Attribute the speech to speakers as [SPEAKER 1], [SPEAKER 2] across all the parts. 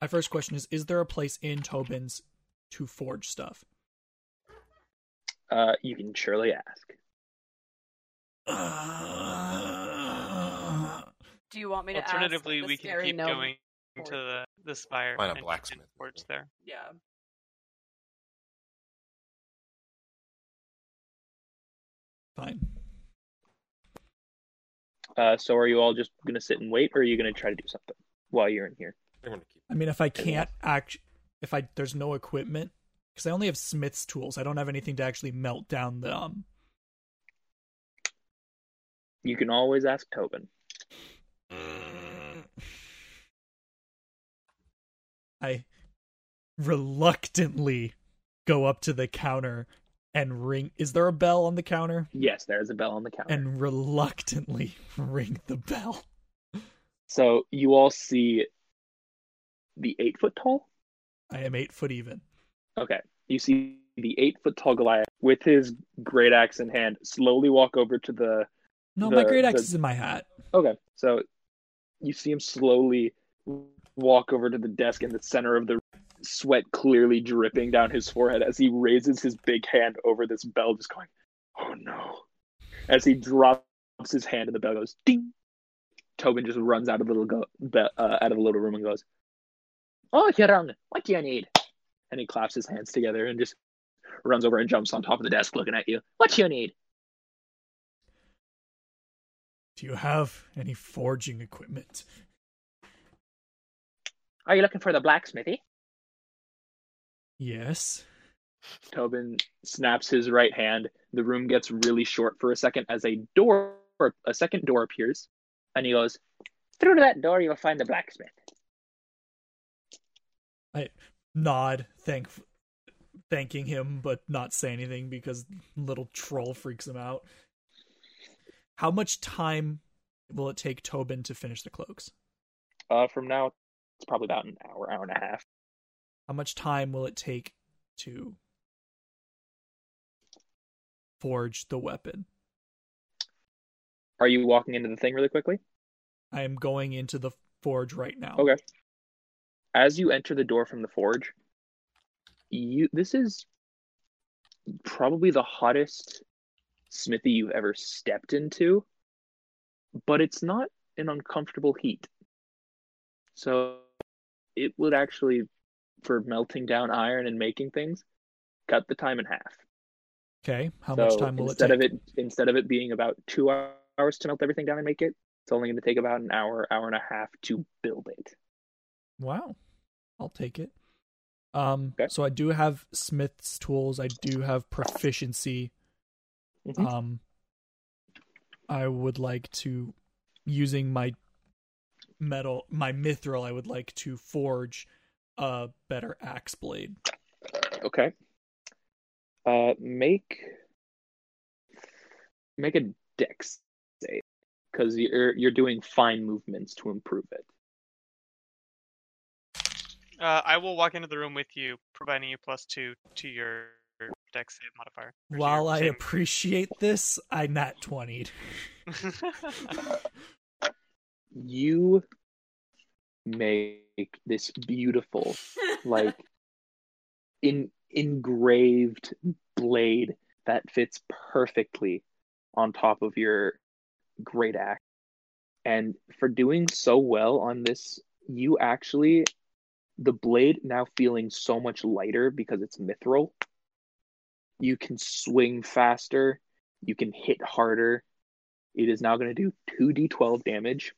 [SPEAKER 1] my first question is: Is there a place in Tobin's to forge stuff?
[SPEAKER 2] Uh, you can surely ask.
[SPEAKER 3] Do you want me to? ask
[SPEAKER 4] Alternatively,
[SPEAKER 3] the
[SPEAKER 4] we can
[SPEAKER 3] scary
[SPEAKER 4] keep
[SPEAKER 3] gnome?
[SPEAKER 4] going to the the spire
[SPEAKER 5] Find a
[SPEAKER 4] and- and
[SPEAKER 5] blacksmith.
[SPEAKER 4] forge there.
[SPEAKER 3] Yeah.
[SPEAKER 1] Fine.
[SPEAKER 2] Uh, so are you all just gonna sit and wait, or are you gonna try to do something while you're in here?
[SPEAKER 5] I'm gonna keep.
[SPEAKER 1] I mean, if I can't act, if I there's no equipment because I only have Smith's tools. I don't have anything to actually melt down the. Um,
[SPEAKER 2] You can always ask Tobin. Mm.
[SPEAKER 1] I reluctantly go up to the counter and ring. Is there a bell on the counter?
[SPEAKER 2] Yes, there is a bell on the counter.
[SPEAKER 1] And reluctantly ring the bell.
[SPEAKER 2] So you all see the eight foot tall.
[SPEAKER 1] I am eight foot even.
[SPEAKER 2] Okay, you see the eight foot tall Goliath with his great axe in hand slowly walk over to the
[SPEAKER 1] No,
[SPEAKER 2] The-
[SPEAKER 1] my great axe
[SPEAKER 2] the-
[SPEAKER 1] is in my hat.
[SPEAKER 2] Okay, so you see him slowly walk over to the desk in the center of the sweat clearly dripping down his forehead as he raises his big hand over this bell, just going, oh no. As he drops his hand and the bell goes ding. Tobin just runs out of the little go- be- uh, out of the little room and goes, "Oh, Hirung, what do you need?" And he claps his hands together and just runs over and jumps on top of the desk, looking at you. What you need?
[SPEAKER 1] Do you have any forging equipment?
[SPEAKER 2] Are you looking for the blacksmithy?
[SPEAKER 1] Yes.
[SPEAKER 2] Tobin snaps his right hand. The room gets really short for a second as a door, a second door appears, and he goes, "Through to that door, you will find the blacksmith."
[SPEAKER 1] Nod, thank, thanking him, but not say anything because little troll freaks him out. How much time will it take Tobin to finish the cloaks?
[SPEAKER 2] Uh, from now, it's probably about an hour, hour and a half.
[SPEAKER 1] How much time will it take to forge the weapon?
[SPEAKER 2] Are you walking into the thing really quickly?
[SPEAKER 1] I am going into the forge right now.
[SPEAKER 2] Okay. As you enter the door from the forge, you this is probably the hottest smithy you've ever stepped into, but it's not an uncomfortable heat. So it would actually for melting down iron and making things cut the time in half.
[SPEAKER 1] Okay. How
[SPEAKER 2] so
[SPEAKER 1] much time will it
[SPEAKER 2] instead
[SPEAKER 1] take?
[SPEAKER 2] of it instead of it being about 2 hours to melt everything down and make it, it's only going to take about an hour, hour and a half to build it.
[SPEAKER 1] Wow. I'll take it. Um
[SPEAKER 2] Okay.
[SPEAKER 1] so I do have Smith's tools. I do have proficiency.
[SPEAKER 2] Mhm.
[SPEAKER 1] Um I would like to using my metal my mithril, I would like to forge a better axe blade.
[SPEAKER 2] Okay. Uh, make make a dex save because you're you're doing fine movements to improve it.
[SPEAKER 4] Uh, I will walk into the room with you, providing you plus two to your dex save modifier. or to your
[SPEAKER 1] While I
[SPEAKER 4] saving-
[SPEAKER 1] appreciate this, I nat 20'd.
[SPEAKER 2] You make this beautiful, like in engraved blade that fits perfectly on top of your great axe. And for doing so well on this, you actually the blade now feeling so much lighter because it's mithril. You can swing faster, you can hit harder. It is now going to do 2d12 damage.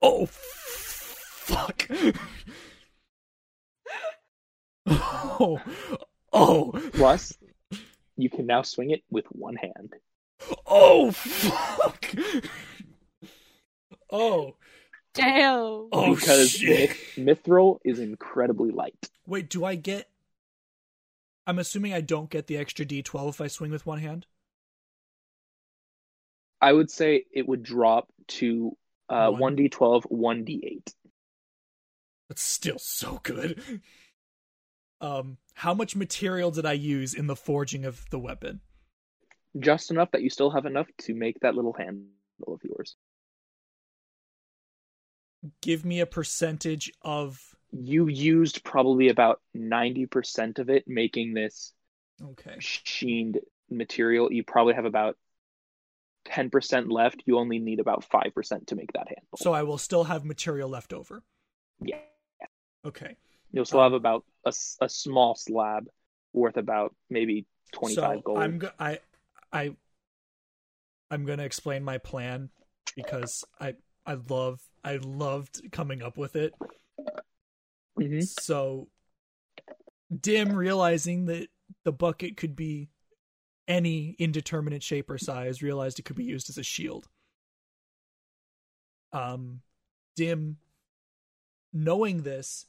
[SPEAKER 1] Oh, fuck. oh, oh,
[SPEAKER 2] Plus, you can now swing it with one hand.
[SPEAKER 1] oh, fuck. Oh,
[SPEAKER 3] Damn.
[SPEAKER 1] oh,
[SPEAKER 2] because
[SPEAKER 1] shit.
[SPEAKER 2] mith- mithril is incredibly light.
[SPEAKER 1] Wait, do I get. I'm assuming I don't get the extra d12 if I swing with one hand?
[SPEAKER 2] I would say it would drop to uh,
[SPEAKER 1] One.
[SPEAKER 2] 1d12, 1d8.
[SPEAKER 1] That's still so good. Um, how much material did I use in the forging of the weapon?
[SPEAKER 2] Just enough that you still have enough to make that little handle of yours.
[SPEAKER 1] Give me a percentage of
[SPEAKER 2] you used probably about 90% of it making this
[SPEAKER 1] Okay.
[SPEAKER 2] sheened material. You probably have about 10% left. You only need about 5% to make that handle.
[SPEAKER 1] So I will still have material left over.
[SPEAKER 2] yeah.
[SPEAKER 1] Okay.
[SPEAKER 2] You'll
[SPEAKER 1] Oh.
[SPEAKER 2] still have about a, s- a small slab worth about maybe 25
[SPEAKER 1] so
[SPEAKER 2] gold.
[SPEAKER 1] I'm go- I I I'm going to explain my plan because I I love I loved coming up with it.
[SPEAKER 2] Mhm.
[SPEAKER 1] So Dim realizing that the bucket could be any indeterminate shape or size realized it could be used as a shield. Um Dim knowing this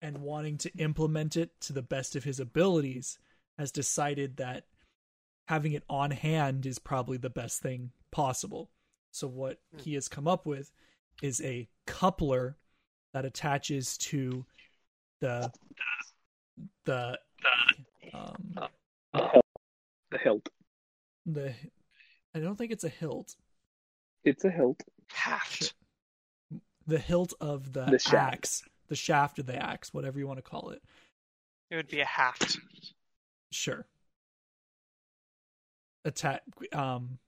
[SPEAKER 1] and wanting to implement it to the best of his abilities has decided that having it on hand is probably the best thing possible. So what
[SPEAKER 2] Hmm.
[SPEAKER 1] he has come up with is a coupler that attaches to the the um
[SPEAKER 2] The hilt. The hilt.
[SPEAKER 1] the I don't think it's a hilt.
[SPEAKER 2] It's a hilt.
[SPEAKER 4] Haft.
[SPEAKER 1] The hilt of the,
[SPEAKER 2] The shaft.
[SPEAKER 1] axe, the shaft of the axe, whatever you want to call it.
[SPEAKER 4] It would be a haft.
[SPEAKER 1] Sure. Attack um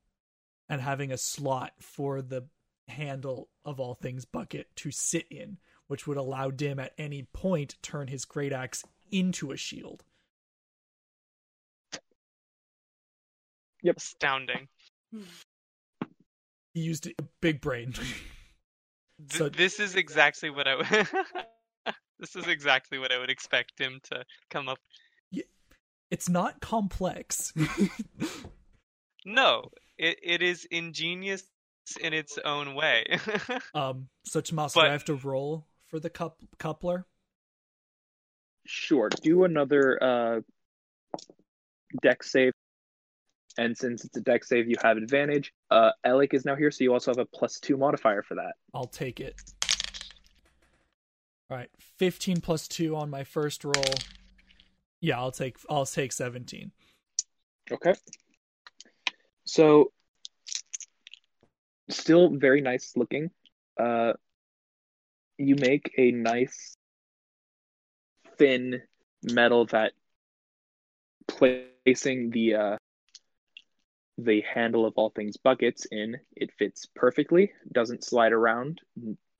[SPEAKER 1] and having a slot for the handle of all things bucket to sit in, which would allow Dim at any point turn his great axe into a shield.
[SPEAKER 4] Astounding.
[SPEAKER 1] He used a big brain.
[SPEAKER 4] Th-
[SPEAKER 1] So-
[SPEAKER 4] this is exactly what I. would- this is exactly what I would expect him to come up.
[SPEAKER 1] it's not complex.
[SPEAKER 4] No, it it is ingenious in its own way.
[SPEAKER 1] Um, so Tomas, do
[SPEAKER 4] But-
[SPEAKER 1] I have to roll for the cup- coupler?
[SPEAKER 2] Sure. Do another uh, deck save. And since it's a deck save, you have advantage. Uh, Alec is now here, so you also have a plus two modifier for that.
[SPEAKER 1] I'll take it. All right, fifteen plus two on my first roll. Yeah, I'll take I'll take seventeen.
[SPEAKER 2] Okay. So, still very nice looking. Uh, you make a nice thin metal that placing the uh, the handle of all things buckets in it fits perfectly. Doesn't slide around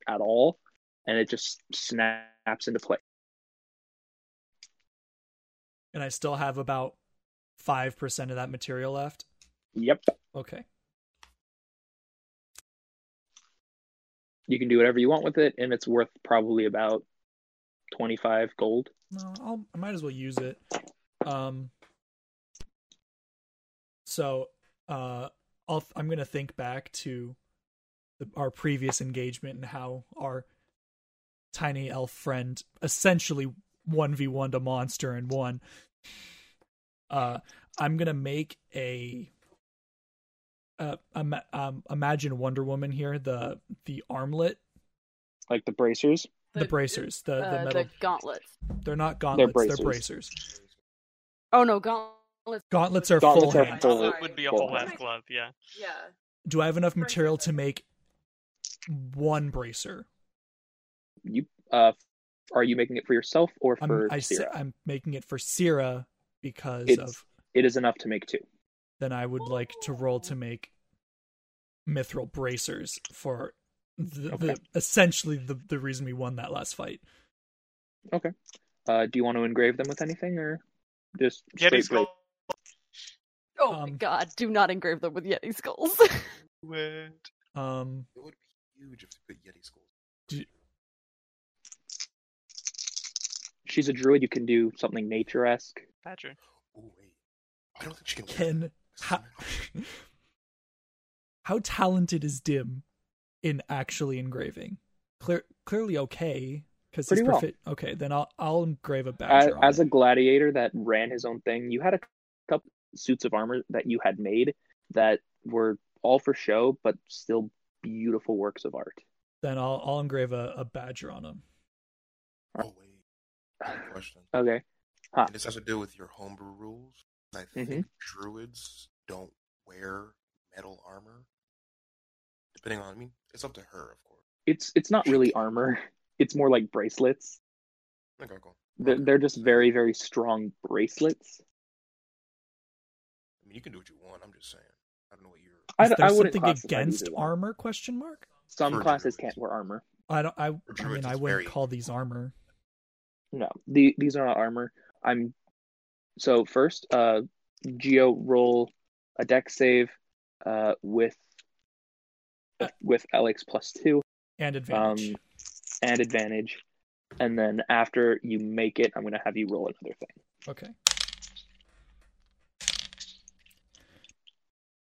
[SPEAKER 2] at all, and it just snaps into place.
[SPEAKER 1] and I still have about five percent of that material left.
[SPEAKER 2] Yep.
[SPEAKER 1] Okay,
[SPEAKER 2] You can do whatever you want with it, and it's worth probably about twenty five gold.
[SPEAKER 1] no, I'll, I might as well use it. Um, so uh, I'll I'm gonna think back to the, our previous engagement and how our tiny elf friend essentially one v one to monster and one. Uh, I'm gonna make a. Uh, ima- um, imagine Wonder Woman here the the armlet
[SPEAKER 2] like the bracers.
[SPEAKER 1] the, bracers the
[SPEAKER 3] uh,
[SPEAKER 1] the metal
[SPEAKER 3] gauntlets.
[SPEAKER 1] They're not gauntlets. They're bracers.
[SPEAKER 2] bracers.
[SPEAKER 3] Oh no, gauntlets.
[SPEAKER 1] Gauntlets are
[SPEAKER 2] Gauntlets
[SPEAKER 1] full
[SPEAKER 2] are
[SPEAKER 1] hand.
[SPEAKER 2] full-
[SPEAKER 4] It would be a whole
[SPEAKER 2] Full
[SPEAKER 4] left
[SPEAKER 3] hand.
[SPEAKER 4] glove. Yeah.
[SPEAKER 3] Yeah.
[SPEAKER 1] Do I have enough material to make one bracer?
[SPEAKER 2] You uh, are you making it for yourself or
[SPEAKER 1] I'm
[SPEAKER 2] for
[SPEAKER 1] I,
[SPEAKER 2] Sierra?
[SPEAKER 1] am making it for Sira because
[SPEAKER 2] It's-
[SPEAKER 1] of
[SPEAKER 2] It is enough to make two.
[SPEAKER 1] then I would like to roll to make mithril bracers for the, the
[SPEAKER 2] Okay.
[SPEAKER 1] essentially the the reason we won that last fight.
[SPEAKER 2] Uh, do you want to engrave them with anything or just
[SPEAKER 4] Yeti
[SPEAKER 2] straight bra-
[SPEAKER 4] skull.
[SPEAKER 3] Oh my
[SPEAKER 1] Um,
[SPEAKER 3] god, do not engrave them with Yeti skulls.
[SPEAKER 4] What?
[SPEAKER 1] Um
[SPEAKER 5] It would be huge if they put Yeti skulls.
[SPEAKER 2] She's a druid. You can do something nature esque.
[SPEAKER 4] Badger.
[SPEAKER 5] Ooh, Oh, wait. I don't think she can. wear
[SPEAKER 1] can
[SPEAKER 5] that.
[SPEAKER 1] how, how talented is Dim in actually engraving? Clear, clearly okay because he's
[SPEAKER 2] Pretty well.
[SPEAKER 1] profi- Okay, then I'll I'll engrave a
[SPEAKER 2] As,
[SPEAKER 1] badger. on
[SPEAKER 2] as
[SPEAKER 1] it.
[SPEAKER 2] a gladiator that ran his own thing, you had a couple suits of armor that you had made that were all for show, but still beautiful works of art.
[SPEAKER 1] then I'll I'll engrave a, a badger on him.
[SPEAKER 5] Oh wait. I have a question.
[SPEAKER 2] Okay.
[SPEAKER 5] And this has to do with your homebrew rules. And I
[SPEAKER 2] Mm-hmm.
[SPEAKER 5] think druids don't wear metal armor. Depending on, I mean, it's up to her, of course.
[SPEAKER 2] It's it's not really armor. It's more like bracelets.
[SPEAKER 5] Okay, cool.
[SPEAKER 2] They're, they're just very, very strong bracelets.
[SPEAKER 5] I mean, you can do what you want. I'm just saying. I don't know what you're.
[SPEAKER 2] I,
[SPEAKER 1] Is
[SPEAKER 2] d-
[SPEAKER 1] there
[SPEAKER 2] I wouldn't
[SPEAKER 1] something
[SPEAKER 2] classify
[SPEAKER 1] against
[SPEAKER 2] either one.
[SPEAKER 1] armor? Question mark.
[SPEAKER 2] Some
[SPEAKER 5] For
[SPEAKER 2] classes
[SPEAKER 5] druids.
[SPEAKER 2] can't wear armor.
[SPEAKER 1] I don't. I, I
[SPEAKER 5] druids,
[SPEAKER 1] mean, I
[SPEAKER 5] it's
[SPEAKER 1] wouldn't
[SPEAKER 5] very-
[SPEAKER 1] call these armor.
[SPEAKER 2] No, the, these are not armor. I'm so first. Uh, Geo roll a deck save, uh, with with Alex plus two,
[SPEAKER 1] and advantage.
[SPEAKER 2] um, and advantage, and then after you make it, I'm gonna have you roll another thing.
[SPEAKER 1] okay.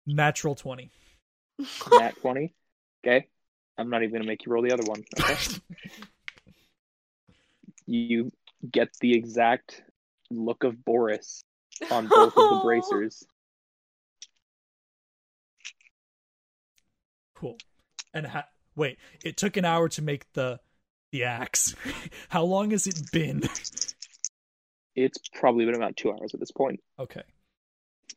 [SPEAKER 1] Natural twenty.
[SPEAKER 2] Nat twenty. Okay, I'm not even gonna make you roll the other one. Okay. you get the exact look of Boris on both of the bracers.
[SPEAKER 1] cool. And ha- wait, it took an hour to make the the axe. How long has it been?
[SPEAKER 2] It's probably been about two hours at this point.
[SPEAKER 1] Okay.
[SPEAKER 2] Oh.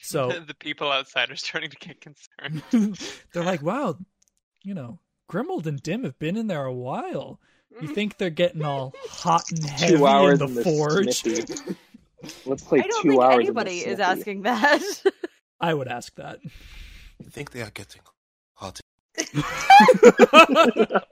[SPEAKER 1] So
[SPEAKER 4] the people outside are starting to get concerned.
[SPEAKER 1] they're like, wow, you know, Grimald and Dim have been in there a while. You think they're getting all hot and heavy
[SPEAKER 2] two hours
[SPEAKER 1] in the forge?
[SPEAKER 2] smithy. Let's play
[SPEAKER 3] I don't
[SPEAKER 2] two
[SPEAKER 3] think
[SPEAKER 2] hours. in the
[SPEAKER 3] anybody is
[SPEAKER 2] smithy.
[SPEAKER 3] asking that.
[SPEAKER 1] I would ask that.
[SPEAKER 5] I think they are getting hot.
[SPEAKER 1] Um,
[SPEAKER 3] the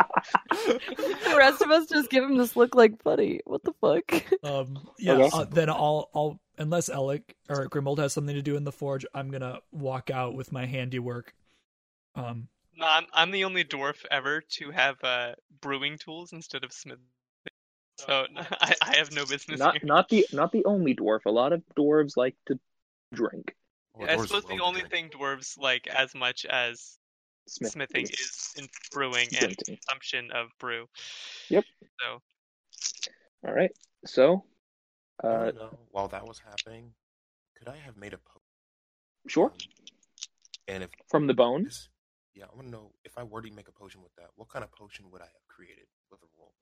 [SPEAKER 3] rest of us just give him this look like buddy. What the fuck?
[SPEAKER 1] Um, yeah.
[SPEAKER 2] Okay.
[SPEAKER 1] Uh, then I'll, I'll, unless Alec or Grimald has something to do in the forge, I'm gonna walk out with my handiwork. Um,
[SPEAKER 4] No, I'm, I'm the only dwarf ever to have uh, brewing tools instead of smithing. So I, I have no business
[SPEAKER 2] Not
[SPEAKER 4] here.
[SPEAKER 2] not the not the only dwarf. A lot of dwarves like to drink
[SPEAKER 5] Or
[SPEAKER 4] I
[SPEAKER 5] doors
[SPEAKER 4] suppose
[SPEAKER 5] love
[SPEAKER 4] the
[SPEAKER 5] to
[SPEAKER 4] only
[SPEAKER 5] drink.
[SPEAKER 4] thing dwarves like as much as
[SPEAKER 2] smith-
[SPEAKER 4] smithing is in brewing and
[SPEAKER 2] drinking.
[SPEAKER 4] consumption of brew.
[SPEAKER 2] Yep.
[SPEAKER 4] So
[SPEAKER 2] All right. So,
[SPEAKER 5] I
[SPEAKER 2] uh,
[SPEAKER 5] don't know, while that was happening, could I have made a potion?
[SPEAKER 2] sure.
[SPEAKER 5] And if
[SPEAKER 2] From the bone.
[SPEAKER 5] this, yeah, I want to know if I were to make a potion with that, what kind of potion would I have created with a roll?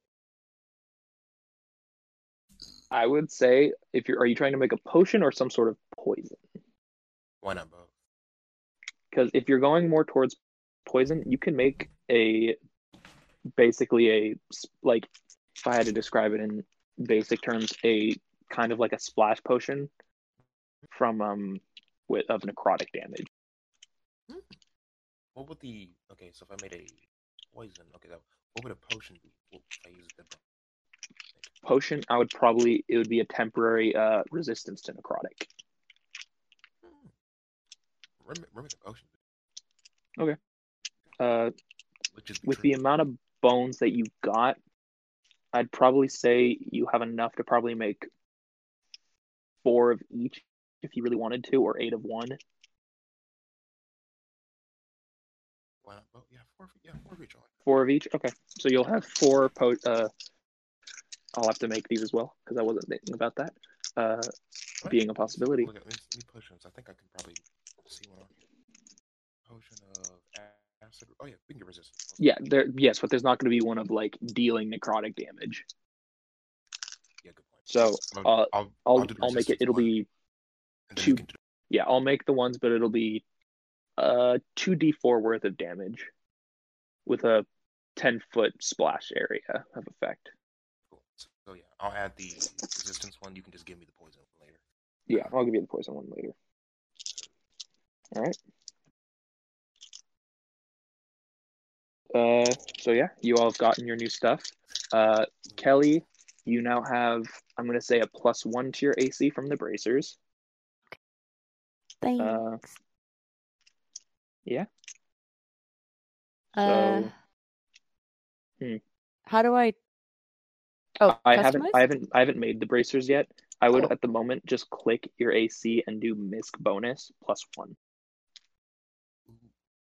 [SPEAKER 2] I would say if you're are you trying to make a potion or some sort of poison?
[SPEAKER 5] Why not both?
[SPEAKER 2] Because if you're going more towards poison, you can make a basically a s- like if I had to describe it in basic terms, a kind of like a splash potion from um with of necrotic damage.
[SPEAKER 5] What would the okay? So if I made a poison, okay, that, what would a potion be? Well, if I use the
[SPEAKER 2] Potion, I would probably it would be a temporary uh resistance to necrotic.
[SPEAKER 5] remember, hmm. remember the potion,
[SPEAKER 2] Uh,
[SPEAKER 5] which is
[SPEAKER 2] with the
[SPEAKER 5] true.
[SPEAKER 2] amount of bones that you got, I'd probably say you have enough to probably make four of each if you really wanted to, or eight of one.
[SPEAKER 5] Why not both? Yeah, four, yeah, four of each. I'll-
[SPEAKER 2] Four of each. Okay, so you'll have four. Po- uh, I'll have to make these as well because I wasn't thinking about that uh,
[SPEAKER 5] What?
[SPEAKER 2] being a possibility.
[SPEAKER 5] Look at these these potions. I think I can probably see one. on here. Potion of a- acid. Oh yeah, we can get resistance.
[SPEAKER 2] Yeah, there. Yes, but there's not going to be one of like dealing necrotic damage.
[SPEAKER 5] Yeah, good point.
[SPEAKER 2] So
[SPEAKER 5] I'll
[SPEAKER 2] uh,
[SPEAKER 5] I'll,
[SPEAKER 2] I'll
[SPEAKER 5] do the
[SPEAKER 2] I'll make it.
[SPEAKER 5] resistance
[SPEAKER 2] It'll
[SPEAKER 5] one,
[SPEAKER 2] be
[SPEAKER 5] and then you
[SPEAKER 2] two-
[SPEAKER 5] can do-
[SPEAKER 2] yeah. I'll make the ones, but it'll be uh two d four worth of damage with a ten foot splash area of effect.
[SPEAKER 5] cool. So, so yeah, I'll add the resistance one. You can just give me the poison one later.
[SPEAKER 2] Yeah, I'll give you the poison one later. All right. Uh, so yeah, you all have gotten your new stuff. Uh, Kelly, you now have I'm gonna say a plus one to your AC from the bracers.
[SPEAKER 3] Thanks.
[SPEAKER 2] Uh, yeah.
[SPEAKER 3] Uh,
[SPEAKER 2] so- Hmm.
[SPEAKER 3] How do I? Oh,
[SPEAKER 2] I haven't
[SPEAKER 3] customize?
[SPEAKER 2] I haven't I haven't made the bracers yet. I would
[SPEAKER 3] Cool.
[SPEAKER 2] at the moment just click your AC and do misc bonus plus one.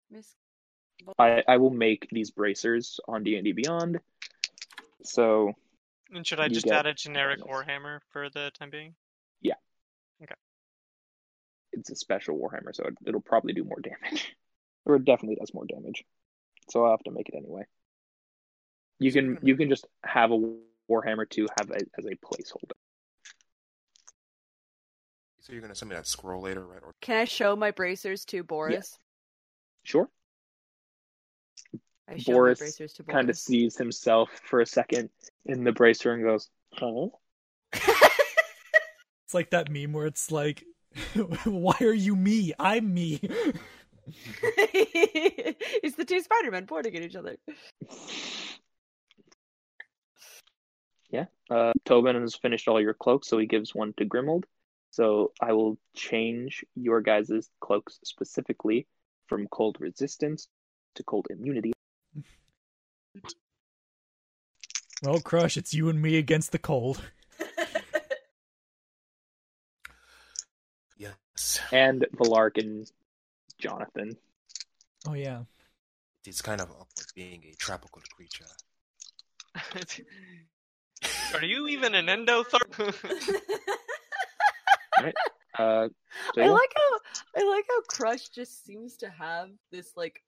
[SPEAKER 3] Miss-
[SPEAKER 2] I, I will make these bracers on D and D Beyond. So
[SPEAKER 4] and should I
[SPEAKER 2] You
[SPEAKER 4] just
[SPEAKER 2] get
[SPEAKER 4] add a generic
[SPEAKER 2] bonus.
[SPEAKER 4] warhammer for the time being?
[SPEAKER 2] it's a special Warhammer, so it, it'll probably do more damage. or it definitely does more damage. So I'll have to make it anyway. You can you can just have a Warhammer to have a, as a placeholder.
[SPEAKER 5] So you're gonna send me that scroll later, right? Or
[SPEAKER 3] Can I show my bracers to Boris?
[SPEAKER 2] Sure.
[SPEAKER 3] I show my
[SPEAKER 2] Boris
[SPEAKER 3] bracers to
[SPEAKER 2] kind of
[SPEAKER 3] Boris.
[SPEAKER 2] sees himself for a second in the bracer and goes, huh?
[SPEAKER 1] It's like that meme where it's like, why are you me? I'm me.
[SPEAKER 3] it's the two Spider-Men pointing at each other.
[SPEAKER 2] Yeah. Uh, Tobin has finished all your cloaks, so he gives one to Grimald. So I will change your guys' cloaks specifically from cold resistance to cold immunity.
[SPEAKER 1] Well, Crush, it's you and me against the cold.
[SPEAKER 5] Yes.
[SPEAKER 2] And Valark and Jonathan.
[SPEAKER 1] Oh, yeah.
[SPEAKER 5] It's kind of up with being a tropical creature.
[SPEAKER 4] Are you even an endotherm?
[SPEAKER 2] Uh, so
[SPEAKER 3] I
[SPEAKER 2] yeah.
[SPEAKER 3] like how I like how Crush just seems to have this like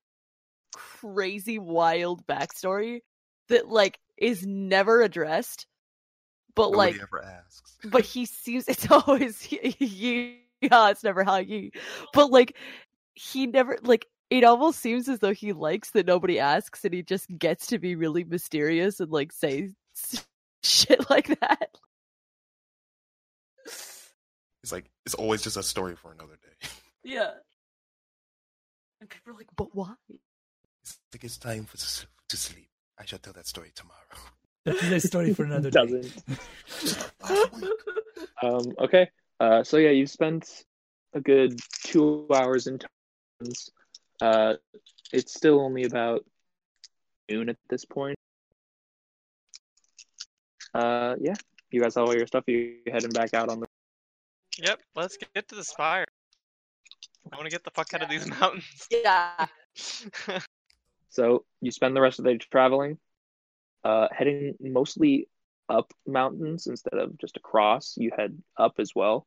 [SPEAKER 3] crazy wild backstory that like is never addressed, but
[SPEAKER 5] Nobody
[SPEAKER 3] like
[SPEAKER 5] ever asks.
[SPEAKER 3] but he seems it's always he, yeah it's never how you but like he never like it almost seems as though he likes that nobody asks and he just gets to be really mysterious and like say s- shit like that
[SPEAKER 5] It's like it's always just a story for another day.
[SPEAKER 3] yeah and people are like but why
[SPEAKER 5] It's like it's time for s- to sleep. I shall tell that story tomorrow.
[SPEAKER 1] That's a story for another day.
[SPEAKER 2] doesn't.
[SPEAKER 5] Last week.
[SPEAKER 2] Um, okay. Uh, so yeah, you've spent a good two hours in tons. Uh, it's still only about noon at this point. Uh, yeah, you guys have all your stuff. You you heading back out on the?
[SPEAKER 4] yep, let's get to the spire. I want to get the fuck out of these mountains.
[SPEAKER 3] yeah
[SPEAKER 2] So you spend the rest of the day traveling, uh, heading mostly up mountains instead of just across. You head up as well.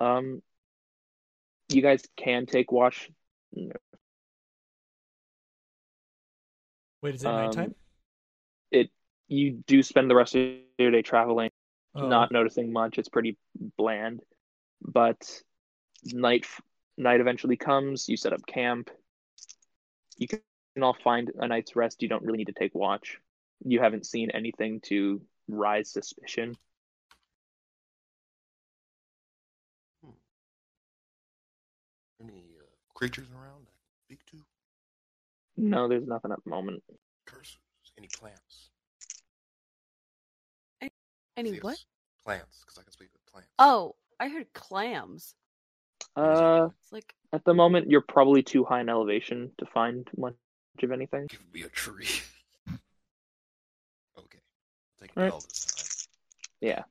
[SPEAKER 2] Um, you guys can take wash
[SPEAKER 1] Wait, is it
[SPEAKER 2] Um,
[SPEAKER 1] nighttime?
[SPEAKER 2] you do spend the rest of your day traveling,
[SPEAKER 1] Oh,
[SPEAKER 2] Um, not noticing much. It's pretty bland, but night night eventually comes. You set up camp. You can all find a night's rest. You don't really need to take watch. You haven't seen anything to rise suspicion.
[SPEAKER 5] Any uh, creatures around I can speak to?
[SPEAKER 2] No, there's nothing at the moment.
[SPEAKER 5] Curses? Any plants?
[SPEAKER 3] any
[SPEAKER 5] See if
[SPEAKER 3] what
[SPEAKER 5] s- Plants, because I can speak with plants.
[SPEAKER 3] oh i heard clams
[SPEAKER 2] Uh,
[SPEAKER 3] it's like
[SPEAKER 2] at the moment, you're probably too high in elevation to find much of anything.
[SPEAKER 5] Give me a tree. okay. Take
[SPEAKER 2] Alright.
[SPEAKER 5] it all this time.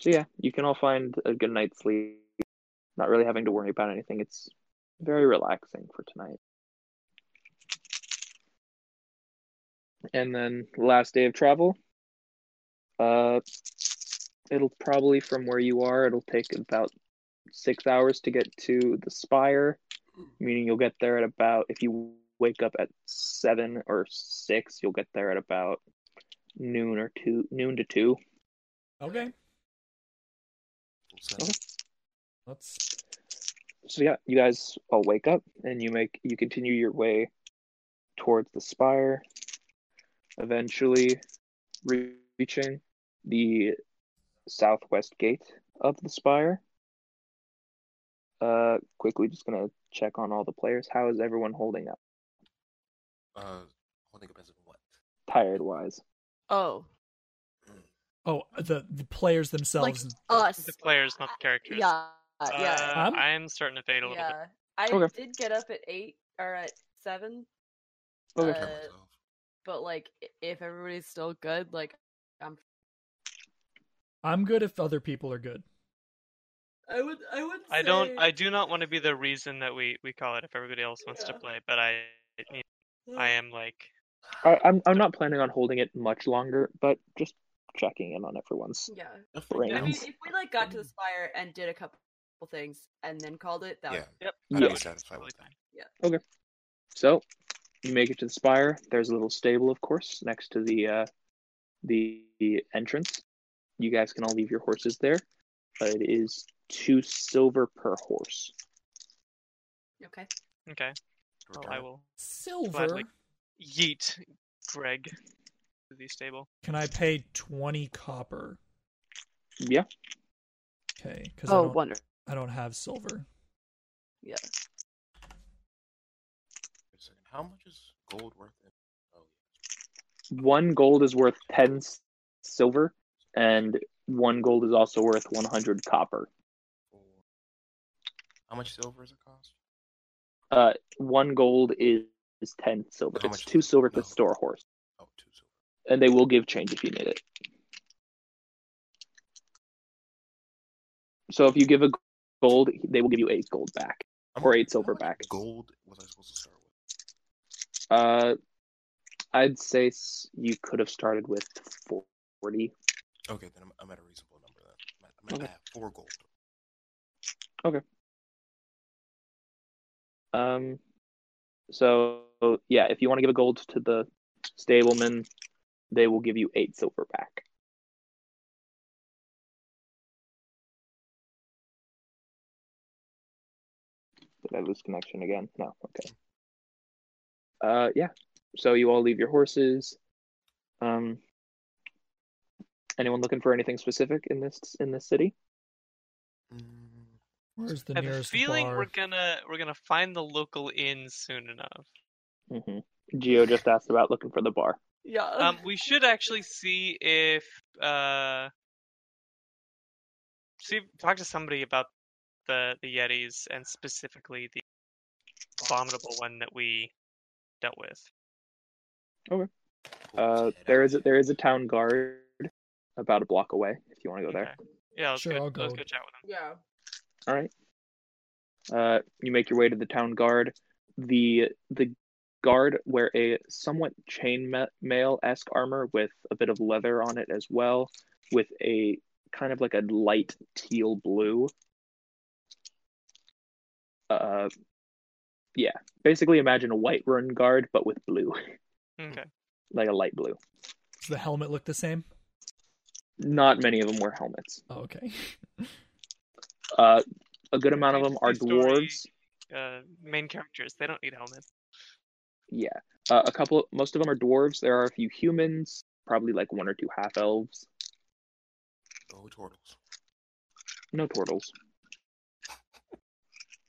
[SPEAKER 2] So yeah, you can all find a good night's sleep. Not really having to worry about anything. It's very relaxing for tonight. And then last day of travel. Uh, it'll probably from where you are. It'll take about six hours to get to the spire, meaning you'll get there at about if you wake up at seven or six, you'll get there at about noon or two, noon to two.
[SPEAKER 1] Oh, Okay.
[SPEAKER 5] So,
[SPEAKER 2] Okay.
[SPEAKER 1] Let's.
[SPEAKER 2] so yeah, you guys all wake up and you make you continue your way towards the spire, eventually re- reaching the southwest gate of the spire. Uh, quickly, just gonna check on all the players. How is everyone holding up,
[SPEAKER 5] uh, holding up as in what?
[SPEAKER 2] tired wise?
[SPEAKER 3] oh
[SPEAKER 1] Oh, the, the players themselves.
[SPEAKER 3] us
[SPEAKER 4] the players, not the characters.
[SPEAKER 3] yeah
[SPEAKER 4] Uh,
[SPEAKER 3] yeah
[SPEAKER 1] Um,
[SPEAKER 4] I'm starting to fade a little bit.
[SPEAKER 3] Yeah, I
[SPEAKER 2] Okay.
[SPEAKER 3] did get up at eight or at seven,
[SPEAKER 2] Okay.
[SPEAKER 5] Prepare
[SPEAKER 3] Uh,
[SPEAKER 5] myself.
[SPEAKER 3] but like i- if everybody's still good, like
[SPEAKER 1] I'm good if other people are good.
[SPEAKER 3] I would, I would.
[SPEAKER 4] I don't. I do not want to be the reason that we we call it if everybody else wants to
[SPEAKER 3] Yeah.
[SPEAKER 4] play. But I, I am like,
[SPEAKER 2] I, I'm I'm not planning on holding it much longer, but just checking in on everyone's.
[SPEAKER 3] Yeah,
[SPEAKER 5] Definitely
[SPEAKER 3] I
[SPEAKER 2] Yeah.
[SPEAKER 3] mean,
[SPEAKER 5] down.
[SPEAKER 3] if we like got to the spire and did a couple things and then called it, that
[SPEAKER 5] Yeah,
[SPEAKER 3] would
[SPEAKER 4] yep.
[SPEAKER 5] I'd
[SPEAKER 2] Yeah.
[SPEAKER 5] be satisfied with that.
[SPEAKER 2] So you make it to the spire. There's a little stable, of course, next to the uh, the entrance. You guys can all leave your horses there. Uh, it is two silver per horse.
[SPEAKER 3] okay.
[SPEAKER 4] Okay. Well,
[SPEAKER 5] Return
[SPEAKER 4] I
[SPEAKER 5] it.
[SPEAKER 4] will.
[SPEAKER 1] Silver.
[SPEAKER 4] Gladly. Yeet, Greg, to the stable.
[SPEAKER 1] Can I pay twenty copper?
[SPEAKER 2] Yeah.
[SPEAKER 1] Okay, because I,
[SPEAKER 3] Oh,
[SPEAKER 1] don't-
[SPEAKER 3] wonderful.
[SPEAKER 1] I don't have silver.
[SPEAKER 3] Yeah.
[SPEAKER 5] Wait a second. How much is gold worth? In... Oh,
[SPEAKER 2] One gold is worth 10 s- silver, and one gold is also worth 100 copper.
[SPEAKER 5] four. How much silver does it cost?
[SPEAKER 2] Uh, one gold is, is 10 silver.
[SPEAKER 5] How
[SPEAKER 2] It's
[SPEAKER 5] much-
[SPEAKER 2] two silver
[SPEAKER 5] no.
[SPEAKER 2] to store a horse,
[SPEAKER 5] Oh, two silver.
[SPEAKER 2] and they will give change if you need it. So if you give a g- gold, they will give you eight gold back.
[SPEAKER 5] How
[SPEAKER 2] Or
[SPEAKER 5] much-
[SPEAKER 2] eight
[SPEAKER 5] how
[SPEAKER 2] silver
[SPEAKER 5] much
[SPEAKER 2] back.
[SPEAKER 5] Gold was I supposed to start with?
[SPEAKER 2] Uh, I'd say s- you could have started with 40.
[SPEAKER 5] Okay, then I'm, I'm at a reasonable number then. I'm at- I'm at,
[SPEAKER 2] Okay.
[SPEAKER 5] I have four gold.
[SPEAKER 2] Um, so yeah, if you want to give a gold to the stableman, they will give you eight silver back. Did I lose connection again? No. Okay. Uh, yeah. So you all leave your horses. Um, anyone looking for anything specific in this in this city?
[SPEAKER 5] Mm,
[SPEAKER 1] Where's the
[SPEAKER 4] I have a
[SPEAKER 1] nearest
[SPEAKER 4] feeling
[SPEAKER 1] bar?
[SPEAKER 4] we're gonna we're gonna find the local inn soon enough.
[SPEAKER 2] Mm-hmm. Geo just asked about looking for the bar.
[SPEAKER 3] Yeah.
[SPEAKER 4] Um, we should actually see if uh, see talk to somebody about the the Yetis and specifically the abominable one that we dealt with.
[SPEAKER 5] pull
[SPEAKER 2] Uh,
[SPEAKER 5] his head
[SPEAKER 2] there
[SPEAKER 5] out.
[SPEAKER 2] is a, there is a town guard about a block away. If you want to go there,
[SPEAKER 4] Okay. Yeah, let's
[SPEAKER 1] Sure,
[SPEAKER 4] go.
[SPEAKER 1] I'll
[SPEAKER 4] Let's
[SPEAKER 1] go.
[SPEAKER 4] go chat with them.
[SPEAKER 6] Yeah.
[SPEAKER 2] all right. Uh, you make your way to the town guard. the The guard wear a somewhat chainmail esque armor with a bit of leather on it as well, with a kind of like a light teal blue. Uh, yeah. Basically, imagine a white run guard, but with blue,
[SPEAKER 1] Hmm.
[SPEAKER 4] Okay.
[SPEAKER 2] like a light blue.
[SPEAKER 1] Does the helmet look the same?
[SPEAKER 2] Not many of them wear helmets.
[SPEAKER 1] Oh, okay.
[SPEAKER 2] Uh, a good amount of
[SPEAKER 4] think
[SPEAKER 2] them are
[SPEAKER 4] the story-
[SPEAKER 2] dwarves.
[SPEAKER 4] Uh, main characters they don't need helmets.
[SPEAKER 2] Yeah, uh, a couple. Most of them are dwarves. There are a few humans. Probably like one or two half elves.
[SPEAKER 5] Go turtles.
[SPEAKER 2] No turtles.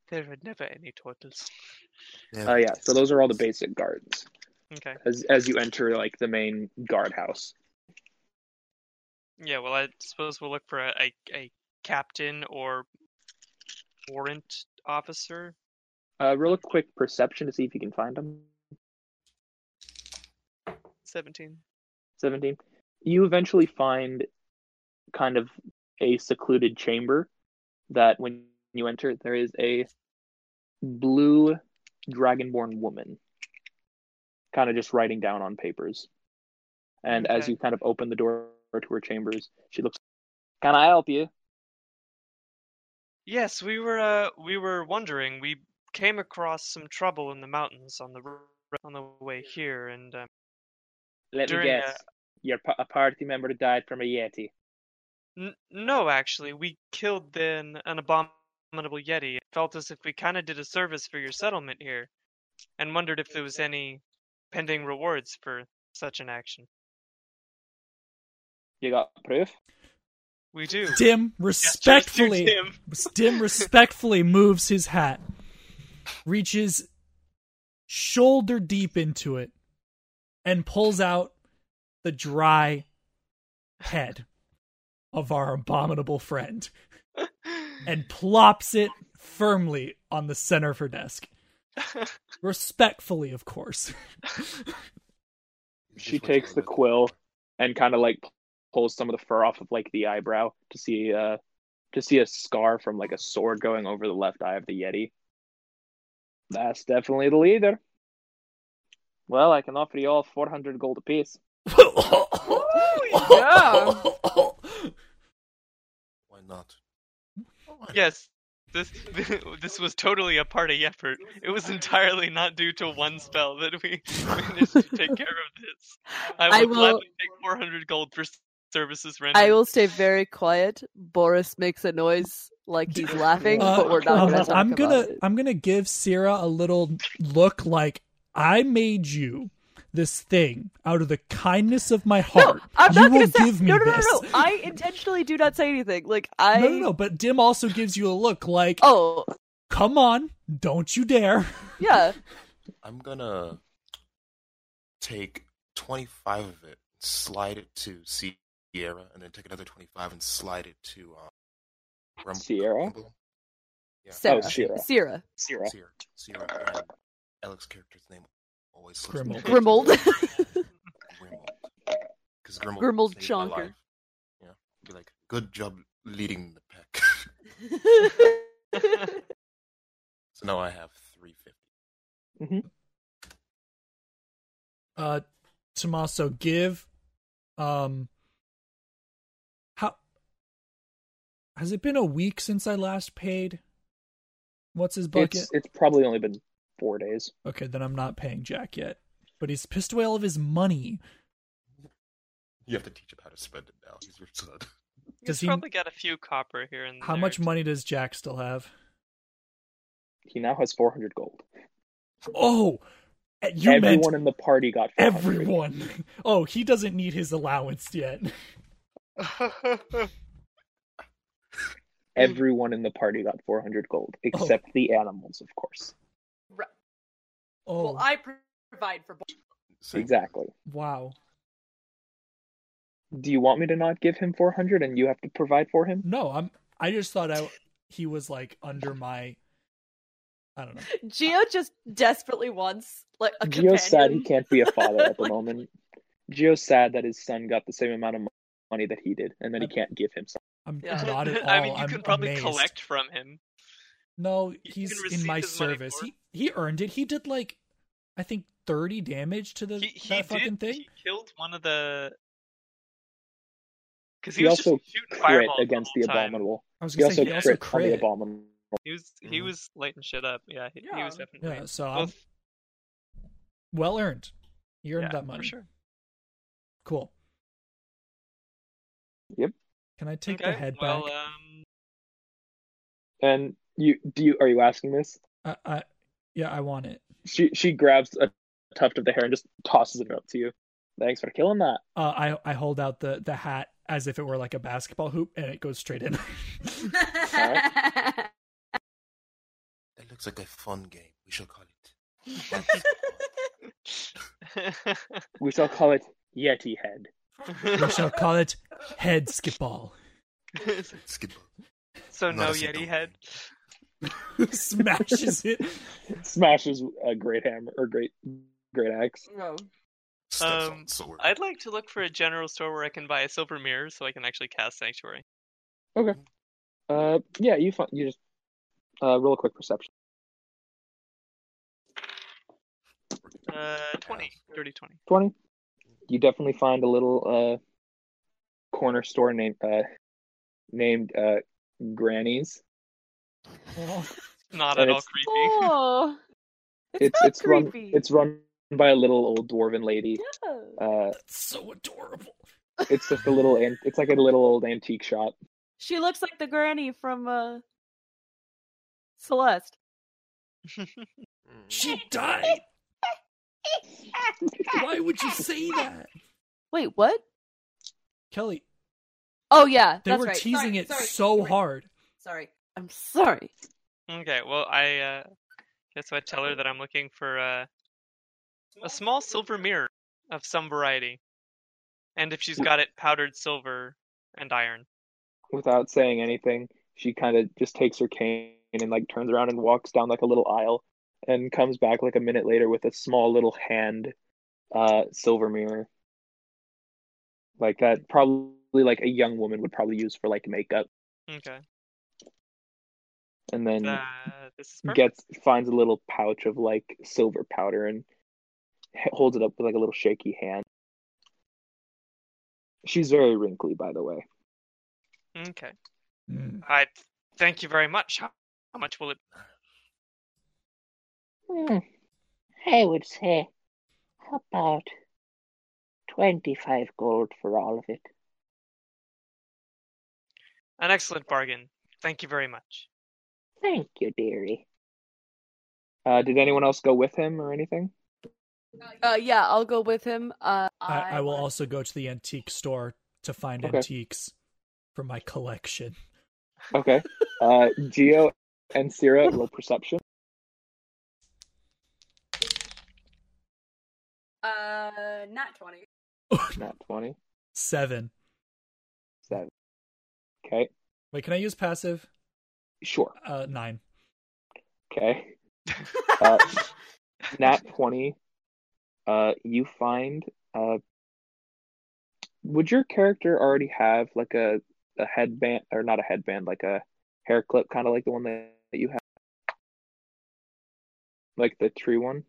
[SPEAKER 4] There are never any turtles.
[SPEAKER 5] Yeah.
[SPEAKER 2] Uh, yeah. So those are all the basic guards.
[SPEAKER 4] Okay.
[SPEAKER 2] As as you enter like the main guard house.
[SPEAKER 4] Yeah. Well, I suppose we'll look for a a, a captain or warrant officer.
[SPEAKER 2] Uh, real quick perception to see if you can find them.
[SPEAKER 4] Seventeen.
[SPEAKER 2] 17 you eventually find kind of a secluded chamber that when you enter there is a blue dragonborn woman kind of just writing down on papers and as
[SPEAKER 4] Okay.
[SPEAKER 2] you kind of open the door to her chambers she looks can i help you
[SPEAKER 4] Yes, we were uh, we were wondering. We came across some trouble in the mountains on the r- on the way here, and um,
[SPEAKER 2] let
[SPEAKER 4] During,
[SPEAKER 2] me guess
[SPEAKER 4] uh,
[SPEAKER 2] your pa- a party member died from a yeti
[SPEAKER 4] n- no, actually, we killed then an abominable yeti. It felt as if we kind of did a service for your settlement here, and wondered if there was any pending rewards for such an action.
[SPEAKER 2] you got proof
[SPEAKER 4] We do.
[SPEAKER 1] Dim
[SPEAKER 4] Yes, just do,
[SPEAKER 1] respectfully.
[SPEAKER 4] Tim.
[SPEAKER 1] Stim respectfully moves his hat, reaches shoulder deep into it, and pulls out the dry head of our abominable friend and plops it firmly on the center of her desk. Respectfully, of course.
[SPEAKER 5] Just
[SPEAKER 2] she
[SPEAKER 5] went through
[SPEAKER 2] takes the
[SPEAKER 5] with it.
[SPEAKER 2] quill and kind of like pulls some of the fur off of like the eyebrow to see uh to see a scar from like a sword going over the left eye of the yeti. That's definitely the leader. Well, I can offer you all four hundred gold apiece.
[SPEAKER 5] Why not?
[SPEAKER 4] yes, this this was totally a party effort. It was entirely not due to one spell that we managed to take care of this. I
[SPEAKER 3] I
[SPEAKER 4] will
[SPEAKER 3] will-
[SPEAKER 4] gladly take 400 gold for s- services rendered.
[SPEAKER 3] I will stay very quiet. Boris makes a noise like he's laughing,
[SPEAKER 1] Uh,
[SPEAKER 3] but we're not
[SPEAKER 1] um,
[SPEAKER 3] going to talk
[SPEAKER 1] I'm
[SPEAKER 3] about
[SPEAKER 1] gonna
[SPEAKER 3] it.
[SPEAKER 1] I'm gonna give Sierra a little look like I made you this thing out of the kindness of my heart.
[SPEAKER 3] No, I'm
[SPEAKER 1] you
[SPEAKER 3] not
[SPEAKER 1] will
[SPEAKER 3] gonna say
[SPEAKER 1] give me
[SPEAKER 3] no, no,
[SPEAKER 1] this.
[SPEAKER 3] no, no. I intentionally do not say anything. Like I.
[SPEAKER 1] No, no, no, But Dim also gives you a look like,
[SPEAKER 3] Oh
[SPEAKER 1] "Come on, don't you dare."
[SPEAKER 3] yeah.
[SPEAKER 5] I'm gonna take 25 of it, slide it to Sierra, and then take another 25 and slide it to um, Rumble.
[SPEAKER 2] Sierra?
[SPEAKER 5] Rumble? Yeah.
[SPEAKER 3] Sarah.
[SPEAKER 2] Oh, Sierra.
[SPEAKER 3] Sierra.
[SPEAKER 2] Sierra.
[SPEAKER 5] Sierra. Sierra. And Alex's character's name always slips
[SPEAKER 1] Grimmel.
[SPEAKER 3] Grimmel.
[SPEAKER 5] Because Grimmel.
[SPEAKER 3] Grimmel
[SPEAKER 5] saved my
[SPEAKER 3] Jonker.
[SPEAKER 5] life. Yeah. Be like, good job leading the pack. so now I have 350.
[SPEAKER 1] Uh, Tommaso, give, um, how has it been a week since I last paid? What's his bucket?
[SPEAKER 2] It's it's probably only been four days.
[SPEAKER 1] Okay, then I'm not paying Jack yet. But he's pissed away all of his money.
[SPEAKER 5] You have to teach him how to spend it now. He's your son.
[SPEAKER 1] Does
[SPEAKER 4] He's
[SPEAKER 1] he-
[SPEAKER 4] probably got a few copper here and
[SPEAKER 1] How
[SPEAKER 4] there.
[SPEAKER 1] much money does Jack still have?
[SPEAKER 2] He now has 400 gold.
[SPEAKER 1] Oh, you
[SPEAKER 2] everyone
[SPEAKER 1] meant
[SPEAKER 2] in the party got 400.
[SPEAKER 1] everyone. Oh, he doesn't need his allowance yet.
[SPEAKER 2] Everyone in the party got 400 gold, except the animals, of course.
[SPEAKER 1] Oh,
[SPEAKER 6] Well, I pr- provide for both.
[SPEAKER 5] Same.
[SPEAKER 2] Exactly.
[SPEAKER 1] wow.
[SPEAKER 2] Do you want me to not give him 400 and you have to provide for him?
[SPEAKER 1] No, I'm. I just thought I he was like under my. I don't know.
[SPEAKER 6] Geo just desperately wants like a companion.
[SPEAKER 2] Geo's sad he can't be a father at the moment. Geo's sad that his son got the same amount of mo- money that he did, and then he can't give him some.
[SPEAKER 1] I'm
[SPEAKER 3] Yeah.
[SPEAKER 1] not at all.
[SPEAKER 4] I mean, you
[SPEAKER 1] I'm
[SPEAKER 4] could probably
[SPEAKER 1] amazed.
[SPEAKER 4] collect from him.
[SPEAKER 1] No,
[SPEAKER 4] You
[SPEAKER 1] he's
[SPEAKER 4] can
[SPEAKER 1] in
[SPEAKER 4] receive
[SPEAKER 1] my
[SPEAKER 4] his money
[SPEAKER 1] service.
[SPEAKER 4] for
[SPEAKER 1] He he earned it. He did like, I think thirty damage to the
[SPEAKER 4] He, he
[SPEAKER 1] that
[SPEAKER 4] did.
[SPEAKER 1] fucking thing.
[SPEAKER 4] He killed one of the. Because
[SPEAKER 2] He
[SPEAKER 4] was
[SPEAKER 2] also
[SPEAKER 4] just shooting
[SPEAKER 2] Crit
[SPEAKER 4] fireballs
[SPEAKER 2] against
[SPEAKER 4] the
[SPEAKER 2] the
[SPEAKER 4] whole time.
[SPEAKER 2] abominable.
[SPEAKER 1] I was
[SPEAKER 2] He
[SPEAKER 1] gonna
[SPEAKER 2] also
[SPEAKER 1] say he
[SPEAKER 4] yeah.
[SPEAKER 1] also
[SPEAKER 2] crit on the
[SPEAKER 1] crit.
[SPEAKER 2] abominable.
[SPEAKER 4] He was he
[SPEAKER 5] Mhm.
[SPEAKER 2] Mm-hmm.
[SPEAKER 4] was lighting shit up. Yeah, he, he was
[SPEAKER 6] Yeah.
[SPEAKER 4] definitely
[SPEAKER 1] Yeah, so I'm
[SPEAKER 4] both.
[SPEAKER 1] well earned. You earned
[SPEAKER 4] yeah,
[SPEAKER 1] that money.
[SPEAKER 4] for sure.
[SPEAKER 1] Cool.
[SPEAKER 2] Yep.
[SPEAKER 1] Can I take
[SPEAKER 4] okay,
[SPEAKER 1] the head
[SPEAKER 4] well,
[SPEAKER 1] back?
[SPEAKER 4] um,
[SPEAKER 2] And you do you are you asking this?
[SPEAKER 1] I, I, yeah, I want it.
[SPEAKER 2] She she grabs a tuft of the hair and just tosses it up to you. Thanks for killing that.
[SPEAKER 1] Uh, I I hold out the the hat as if it were like a basketball hoop, and it goes straight in.
[SPEAKER 5] That looks like a fun game. We shall call it.
[SPEAKER 2] We shall call it Yeti Head.
[SPEAKER 1] we shall call it head skipball.
[SPEAKER 5] Skip.
[SPEAKER 4] so
[SPEAKER 5] Not
[SPEAKER 4] no
[SPEAKER 5] a single
[SPEAKER 4] Yeti head.
[SPEAKER 1] Smashes it.
[SPEAKER 2] Smashes a great hammer or great great axe.
[SPEAKER 6] No.
[SPEAKER 5] Steps
[SPEAKER 4] Um,
[SPEAKER 5] on sword.
[SPEAKER 4] I'd like to look for a general store where I can buy a silver mirror so I can actually cast sanctuary.
[SPEAKER 2] Uh, yeah, you find you just uh roll a quick perception.
[SPEAKER 4] Uh, 20, dirty 20.
[SPEAKER 2] Twenty. You definitely find a little uh corner store named uh named uh Granny's.
[SPEAKER 1] Oh,
[SPEAKER 4] Not
[SPEAKER 2] And
[SPEAKER 4] at all
[SPEAKER 2] it's-
[SPEAKER 4] creepy.
[SPEAKER 3] Oh,
[SPEAKER 2] It's
[SPEAKER 3] not
[SPEAKER 2] it's run
[SPEAKER 3] creepy.
[SPEAKER 2] it's run by a little old dwarven lady.
[SPEAKER 3] Yeah.
[SPEAKER 2] Uh,
[SPEAKER 1] that's so adorable.
[SPEAKER 2] it's just a little an- it's like a little old antique shop.
[SPEAKER 3] She looks like the granny from uh Celeste.
[SPEAKER 1] She died. Why would you say that,
[SPEAKER 3] Wait, what?
[SPEAKER 1] Kelly?
[SPEAKER 3] Oh yeah,
[SPEAKER 1] They
[SPEAKER 3] that's
[SPEAKER 1] were
[SPEAKER 3] right.
[SPEAKER 1] teasing
[SPEAKER 6] Sorry,
[SPEAKER 1] it
[SPEAKER 6] sorry,
[SPEAKER 1] so
[SPEAKER 6] sorry.
[SPEAKER 1] hard.
[SPEAKER 6] Sorry.
[SPEAKER 3] I'm sorry.
[SPEAKER 4] Okay, well, I uh, guess I tell her that I'm looking for uh, a small silver mirror of some variety, and if she's got it, powdered silver and iron.
[SPEAKER 2] without saying anything, she kind of just takes her cane and like turns around and walks down like a little aisle and comes back like a minute later with a small little hand uh silver mirror. Like that probably like a young woman would probably use for like makeup
[SPEAKER 4] Okay,
[SPEAKER 2] and then
[SPEAKER 4] uh, this is perfect.
[SPEAKER 2] gets finds a little pouch of like silver powder and h- holds it up with like a little shaky hand. She's very wrinkly by the way.
[SPEAKER 4] Okay,
[SPEAKER 1] Mm.
[SPEAKER 4] I thank you very much. How, how much will it?
[SPEAKER 7] Hmm. I would say about 25 gold for all of it.
[SPEAKER 4] An excellent bargain. Thank you very much.
[SPEAKER 7] Thank you, dearie.
[SPEAKER 2] Uh did anyone else go with him or anything?
[SPEAKER 3] Uh, yeah, I'll go with him. Uh,
[SPEAKER 1] I, I will also go to the antique store to find
[SPEAKER 2] Okay.
[SPEAKER 1] antiques for my collection.
[SPEAKER 2] Okay. Uh, Geo and Sierra, low perception.
[SPEAKER 6] Uh, not 20.
[SPEAKER 2] Not 20.
[SPEAKER 1] Seven.
[SPEAKER 2] Seven. Okay.
[SPEAKER 1] Wait, can I use passive?
[SPEAKER 2] Sure.
[SPEAKER 1] Uh, nine.
[SPEAKER 2] Okay. Uh, Nat 20. Uh, you find. Uh, would your character already have like a, a headband, or not a headband, like a hair clip, kind of like the one that, that you have? Like the tree one?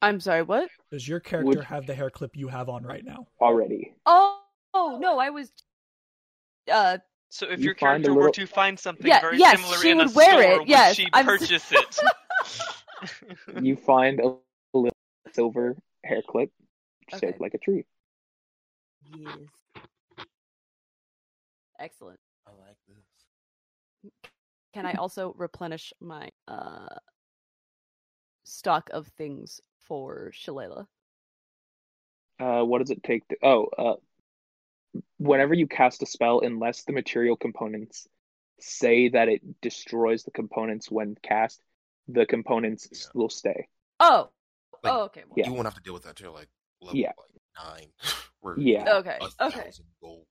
[SPEAKER 3] I'm sorry, what?
[SPEAKER 1] Does your character
[SPEAKER 2] Would-
[SPEAKER 1] have the hair clip you have on right now?
[SPEAKER 2] Already.
[SPEAKER 3] Oh,
[SPEAKER 6] Oh, no, I was.
[SPEAKER 3] uh,
[SPEAKER 4] So if
[SPEAKER 2] You
[SPEAKER 4] your
[SPEAKER 2] find a
[SPEAKER 4] character were
[SPEAKER 2] little-
[SPEAKER 4] to find something
[SPEAKER 3] Yeah,
[SPEAKER 4] very
[SPEAKER 3] yes,
[SPEAKER 4] similar
[SPEAKER 3] she
[SPEAKER 4] in a
[SPEAKER 3] would wear
[SPEAKER 4] store,
[SPEAKER 3] it,
[SPEAKER 4] would
[SPEAKER 3] yes,
[SPEAKER 4] she
[SPEAKER 3] I'm-
[SPEAKER 4] purchase it?
[SPEAKER 2] You find a little silver hair clip, shaped
[SPEAKER 3] Okay.
[SPEAKER 2] like a tree.
[SPEAKER 3] yes. Excellent.
[SPEAKER 5] I like this.
[SPEAKER 3] Can I also replenish my uh stock of things for Shalala?
[SPEAKER 2] Uh, what does it take to? Oh, uh, whenever you cast a spell, unless the material components say that it destroys the components when cast, the components s- will stay.
[SPEAKER 3] Oh,
[SPEAKER 5] Like,
[SPEAKER 3] oh, okay. well,
[SPEAKER 2] Yeah.
[SPEAKER 5] You won't have to deal with that till like level
[SPEAKER 2] Yeah.
[SPEAKER 5] like nine. Where
[SPEAKER 2] Yeah.
[SPEAKER 3] Okay,
[SPEAKER 5] A
[SPEAKER 3] okay.
[SPEAKER 5] thousand gold.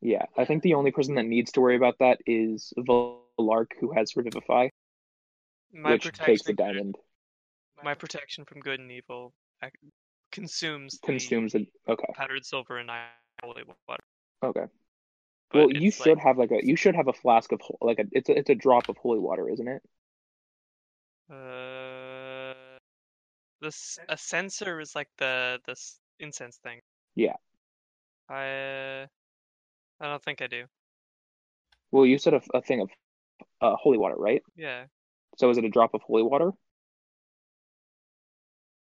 [SPEAKER 2] Yeah, I think the only person that needs to worry about that is Valark, who has Revivify,
[SPEAKER 4] my
[SPEAKER 2] which takes the
[SPEAKER 4] protection,
[SPEAKER 2] diamond,
[SPEAKER 4] my protection from good and evil ac- consumes the
[SPEAKER 2] consumes it. Okay,
[SPEAKER 4] powdered silver and iron water.
[SPEAKER 2] okay.
[SPEAKER 4] But
[SPEAKER 2] Well, you
[SPEAKER 4] it's
[SPEAKER 2] should
[SPEAKER 4] like-
[SPEAKER 2] have like a you should have a flask of ho- like a it's a, it's a drop of holy water, isn't it?
[SPEAKER 4] Uh, this a sensor is like the the s- incense thing.
[SPEAKER 2] Yeah.
[SPEAKER 4] I uh, I don't think I do.
[SPEAKER 2] Well, you said a, a thing of uh, holy water, right?
[SPEAKER 4] Yeah,
[SPEAKER 2] So is it a drop of holy water?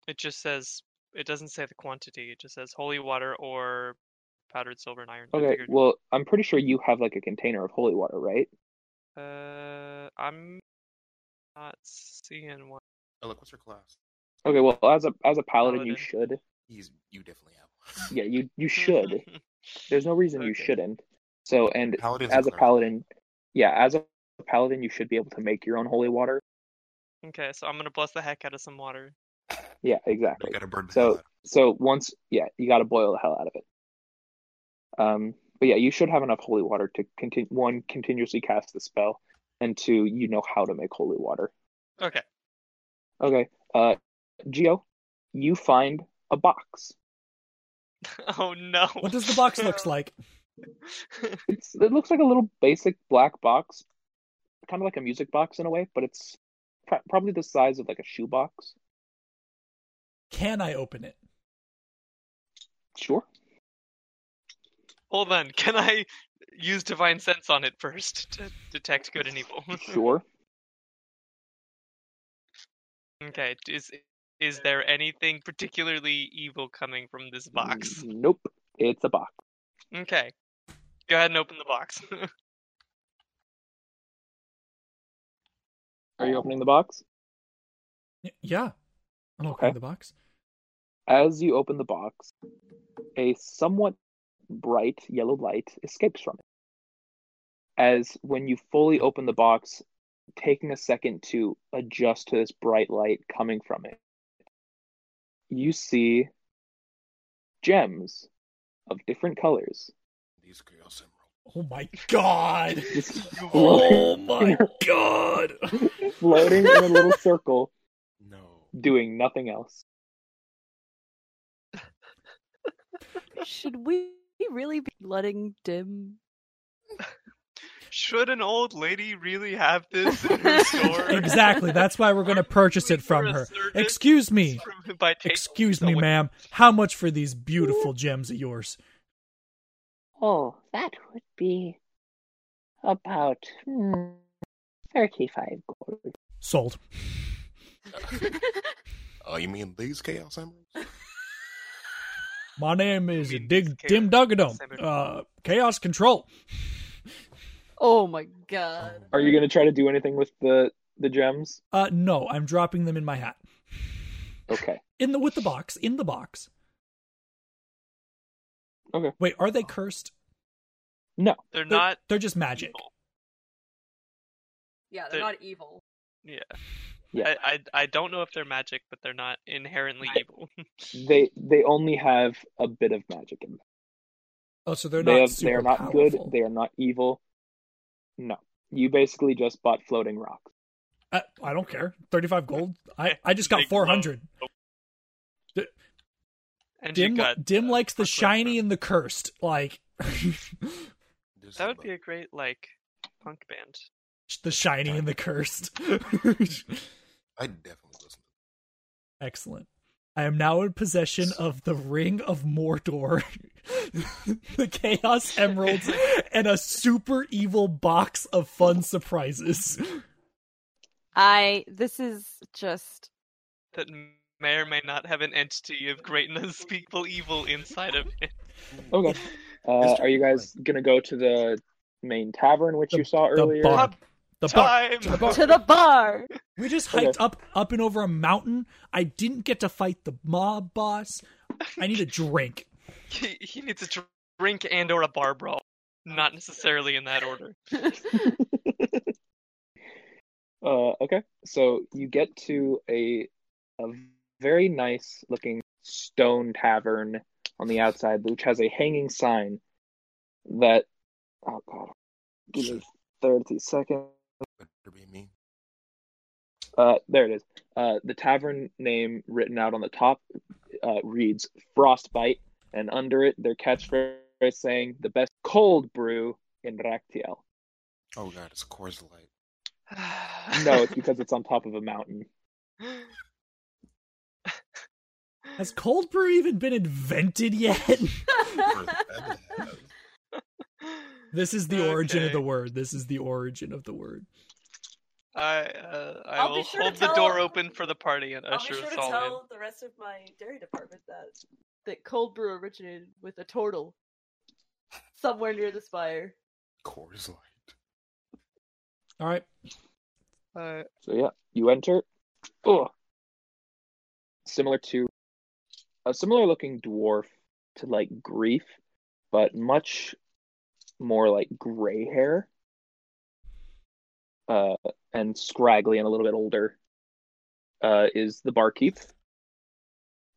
[SPEAKER 4] it just says it doesn't say the quantity. It just says holy water or powdered silver and iron. I
[SPEAKER 2] Okay,
[SPEAKER 4] figured-
[SPEAKER 2] well, I'm pretty sure you have like a container of holy water, right?
[SPEAKER 4] Uh, I'm not seeing one.
[SPEAKER 5] Oh, look, what's your class?
[SPEAKER 2] Okay, well, as a as a paladin, you
[SPEAKER 4] Paladin.
[SPEAKER 2] should.
[SPEAKER 5] He's you definitely have one.
[SPEAKER 2] Yeah, you you should. There's no reason you
[SPEAKER 4] Okay.
[SPEAKER 2] shouldn't. So, and
[SPEAKER 5] Paladins and
[SPEAKER 2] as a
[SPEAKER 5] clerics.
[SPEAKER 2] paladin, yeah, as a paladin, you should be able to make your own holy water.
[SPEAKER 4] okay, so I'm gonna bless the heck out of some water.
[SPEAKER 2] Yeah,
[SPEAKER 5] You
[SPEAKER 2] exactly.
[SPEAKER 5] gotta burn the
[SPEAKER 2] So-
[SPEAKER 5] hell out.
[SPEAKER 2] So once, yeah, you got to boil the hell out of it. Um, but yeah, you should have enough holy water to continue one continuously cast the spell, and two, you know how to make holy water.
[SPEAKER 4] Okay.
[SPEAKER 2] Okay, uh, Geo, you find a box.
[SPEAKER 4] Oh no.
[SPEAKER 1] What does the box looks like?
[SPEAKER 2] It's it looks like a little basic black box, kind of like a music box in a way, but it's pr- probably the size of like a shoebox.
[SPEAKER 1] Can I open it?
[SPEAKER 2] Sure.
[SPEAKER 4] Hold on. Can I use divine sense on it first to detect good and evil?
[SPEAKER 2] Sure.
[SPEAKER 4] okay. Is is there anything particularly evil coming from this box?
[SPEAKER 2] Nope. It's a box.
[SPEAKER 4] Okay. Go ahead and open the box.
[SPEAKER 2] Are you opening the box?
[SPEAKER 1] Y- yeah. I'm opening
[SPEAKER 2] Okay.
[SPEAKER 1] the box.
[SPEAKER 2] As you open the box, a somewhat bright yellow light escapes from it. As when you fully open the box, taking a second to adjust to this bright light coming from it, you see gems of different colors.
[SPEAKER 5] These girls emerald.
[SPEAKER 1] Oh my god.
[SPEAKER 2] Just
[SPEAKER 1] Oh
[SPEAKER 2] floating,
[SPEAKER 1] my god.
[SPEAKER 2] floating in a little circle,
[SPEAKER 5] No.
[SPEAKER 2] doing nothing else.
[SPEAKER 3] should we really be letting Dim?
[SPEAKER 4] Should an old lady really have this in her store?
[SPEAKER 1] Exactly. That's why we're going to purchase it from her. Excuse me.
[SPEAKER 4] By taking
[SPEAKER 1] Excuse
[SPEAKER 4] this
[SPEAKER 1] me,
[SPEAKER 4] away-
[SPEAKER 1] ma'am. How much for these beautiful gems of yours?
[SPEAKER 7] Oh, that would be about hmm, 35 gold.
[SPEAKER 1] Sold.
[SPEAKER 5] Oh, you mean these chaos emeralds?
[SPEAKER 1] My name is
[SPEAKER 4] mean,
[SPEAKER 1] Dig
[SPEAKER 4] Chaos
[SPEAKER 1] Dim Duggadome.
[SPEAKER 4] Cyber-
[SPEAKER 1] Uh, Chaos Control.
[SPEAKER 3] Oh my god.
[SPEAKER 2] Are you going to try to do anything with the the gems?
[SPEAKER 1] Uh, no, I'm dropping them in my hat.
[SPEAKER 2] Okay.
[SPEAKER 1] in the with the box in the box.
[SPEAKER 2] Okay.
[SPEAKER 1] Wait, are they cursed?
[SPEAKER 2] No.
[SPEAKER 4] They're
[SPEAKER 1] They're,
[SPEAKER 4] not
[SPEAKER 1] They're just magic.
[SPEAKER 4] evil.
[SPEAKER 6] Yeah, they're
[SPEAKER 4] The-
[SPEAKER 6] not evil.
[SPEAKER 4] Yeah.
[SPEAKER 2] Yeah.
[SPEAKER 4] I, I I don't know if they're magic, but they're not inherently evil.
[SPEAKER 2] They they only have a bit of magic in them.
[SPEAKER 1] Oh, so they're
[SPEAKER 2] they
[SPEAKER 1] not.
[SPEAKER 2] have,
[SPEAKER 1] super
[SPEAKER 2] they are not
[SPEAKER 1] powerful.
[SPEAKER 2] good. They are not evil. No. You basically just bought floating rocks.
[SPEAKER 1] I, Uh, I don't care. Thirty-five gold. I I just got
[SPEAKER 4] Big
[SPEAKER 1] four hundred.
[SPEAKER 4] And you
[SPEAKER 1] Dim
[SPEAKER 4] got
[SPEAKER 1] Dim
[SPEAKER 4] uh,
[SPEAKER 1] likes the
[SPEAKER 4] Buckler
[SPEAKER 1] shiny
[SPEAKER 4] from-
[SPEAKER 1] and the cursed. Like
[SPEAKER 5] This
[SPEAKER 4] That
[SPEAKER 5] is
[SPEAKER 4] would be
[SPEAKER 5] about-
[SPEAKER 4] a great like punk band.
[SPEAKER 1] the shiny and the cursed.
[SPEAKER 5] I definitely listen.
[SPEAKER 1] Excellent. I am now in possession of the Ring of Mordor, the Chaos Emeralds, and a super evil box of fun surprises.
[SPEAKER 3] I this is just
[SPEAKER 4] that may or may not have an entity of great and unspeakable evil inside of it.
[SPEAKER 2] Okay. Uh, are you guys gonna go to the main tavern which
[SPEAKER 1] The-
[SPEAKER 2] you saw
[SPEAKER 1] The
[SPEAKER 2] earlier?
[SPEAKER 1] bar. The bar.
[SPEAKER 4] Time.
[SPEAKER 1] The bar.
[SPEAKER 3] to the bar.
[SPEAKER 1] We just
[SPEAKER 2] Okay.
[SPEAKER 1] hiked up up and over a mountain. I didn't get to fight the mob boss. I need a drink.
[SPEAKER 4] He, he needs a drink and or a bar brawl. Not necessarily in that order.
[SPEAKER 2] Uh, okay, so you get to a a very nice looking stone tavern on the outside, which has a hanging sign that. Oh God, give me thirty seconds.
[SPEAKER 5] Better be me.
[SPEAKER 2] Uh, there it is. Uh, the tavern name written out on the top uh, reads Frostbite, and under it, their catchphrase saying "the best cold brew in Raktiel."
[SPEAKER 5] Oh god, it's Coors Light.
[SPEAKER 2] No, it's because it's on top of a mountain.
[SPEAKER 1] Has cold brew even been invented yet?
[SPEAKER 5] For the heaven.
[SPEAKER 1] this is the origin of
[SPEAKER 4] Okay.
[SPEAKER 1] the word. This is the origin of the word.
[SPEAKER 4] I uh, I
[SPEAKER 6] I'll be
[SPEAKER 4] will
[SPEAKER 6] sure to
[SPEAKER 4] hold the
[SPEAKER 6] tell-
[SPEAKER 4] door open for the party and
[SPEAKER 6] I'll
[SPEAKER 4] usher
[SPEAKER 6] be sure
[SPEAKER 4] us
[SPEAKER 6] to
[SPEAKER 4] all
[SPEAKER 6] tell the rest of my dairy department that.
[SPEAKER 3] that cold brew originated with a turtle somewhere near this fire.
[SPEAKER 5] Coors Light.
[SPEAKER 1] All right.
[SPEAKER 4] in. Uh,
[SPEAKER 2] So yeah, you enter. Oh, similar to a similar looking dwarf to like grief, but much more like gray hair, uh, and scraggly and a little bit older. Uh, is the barkeep.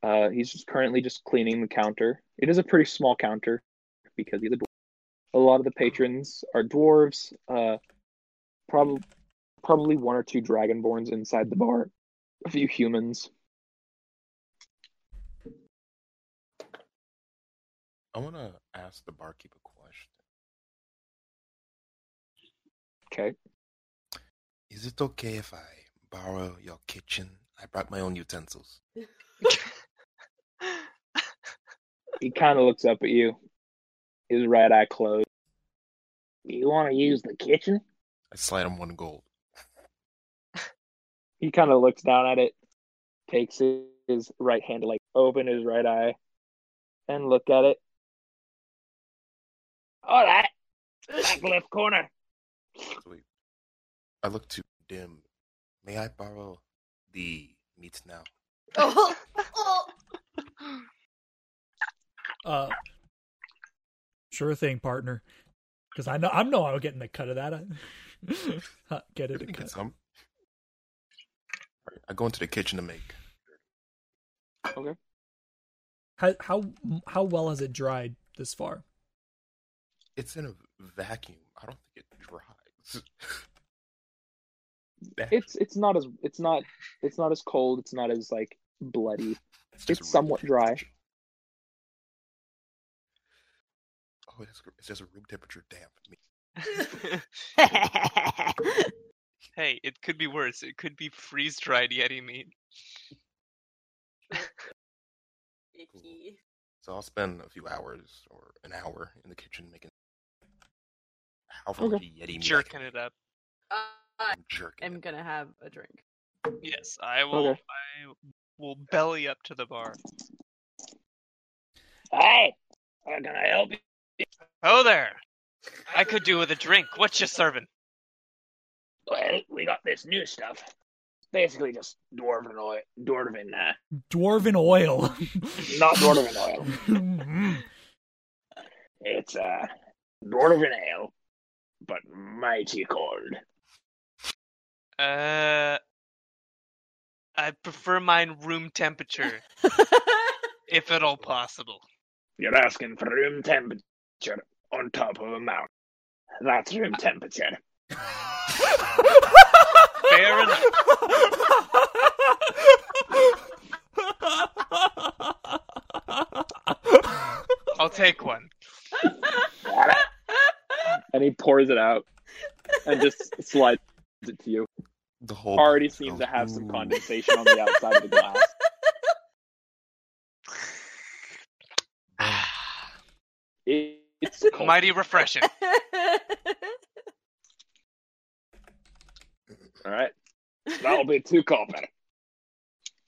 [SPEAKER 2] Uh, he's just currently just cleaning the counter. It is a pretty small counter because he's a dwarf. A lot of the patrons are dwarves. Uh, probably probably one or two dragonborns inside the bar, a few humans.
[SPEAKER 5] I want to ask the barkeep a question.
[SPEAKER 2] Okay.
[SPEAKER 5] Is it okay if I borrow your kitchen? I brought my own utensils.
[SPEAKER 2] He kind of looks up at you, his right eye closed. You want to use the kitchen?
[SPEAKER 5] I slide him one gold.
[SPEAKER 2] He kind of looks down at it, takes his, his right hand to like open his right eye and look at it. All right, back left corner.
[SPEAKER 5] Sweet. I look to Dim. May I borrow the meat now?
[SPEAKER 6] Oh, oh.
[SPEAKER 1] Uh, sure thing, partner. Because I know I'm no I'm getting a cut of that. Huh, get
[SPEAKER 5] You're
[SPEAKER 1] it? A
[SPEAKER 5] gonna
[SPEAKER 1] cut.
[SPEAKER 5] get some. Alright, I go into the kitchen to make.
[SPEAKER 1] How how how well has it dried this far?
[SPEAKER 5] It's in a vacuum. I don't think it dries.
[SPEAKER 2] It's it's not as it's not it's not as cold. It's not as like bloody.
[SPEAKER 5] just
[SPEAKER 2] it's
[SPEAKER 5] a
[SPEAKER 2] somewhat
[SPEAKER 5] room
[SPEAKER 2] dry.
[SPEAKER 5] temperature. Oh, it's, it's just a room temperature damp meat.
[SPEAKER 4] hey, it could be worse. It could be freeze dried Yeti meat.
[SPEAKER 6] Icky.
[SPEAKER 5] So I'll spend a few hours or an hour in the kitchen making. However,
[SPEAKER 2] Okay.
[SPEAKER 5] much Yeti meat. I
[SPEAKER 4] Jerking
[SPEAKER 5] can-
[SPEAKER 4] it up.
[SPEAKER 6] Uh,
[SPEAKER 5] I'm jerking.
[SPEAKER 3] I'm
[SPEAKER 5] it.
[SPEAKER 3] gonna have a drink.
[SPEAKER 4] Yes, I will.
[SPEAKER 2] Okay.
[SPEAKER 4] I will belly up to the bar.
[SPEAKER 7] Hey, how can I help you?
[SPEAKER 4] Oh there! I could do with a drink. What you serving?
[SPEAKER 7] Well, we got this new stuff. basically just dwarven oil. Dwarven, uh,
[SPEAKER 1] Dwarven oil.
[SPEAKER 7] not dwarven oil.
[SPEAKER 1] Mm.
[SPEAKER 7] It's uh, dwarven ale, but mighty cold.
[SPEAKER 4] Uh, I prefer mine room temperature, if at all possible.
[SPEAKER 7] You're asking for room temperature on top of a mountain. That's room temperature.
[SPEAKER 4] Fair enough. I'll take one.
[SPEAKER 2] And he pours it out and just slides it to you.
[SPEAKER 5] The whole
[SPEAKER 2] Already
[SPEAKER 5] bottle
[SPEAKER 2] seems
[SPEAKER 5] goes,
[SPEAKER 2] to have some
[SPEAKER 5] Oh, "Ooh."
[SPEAKER 2] condensation on the outside of the glass. It- it's cold.
[SPEAKER 4] Mighty refreshing.
[SPEAKER 2] All right.
[SPEAKER 7] That'll be two copper.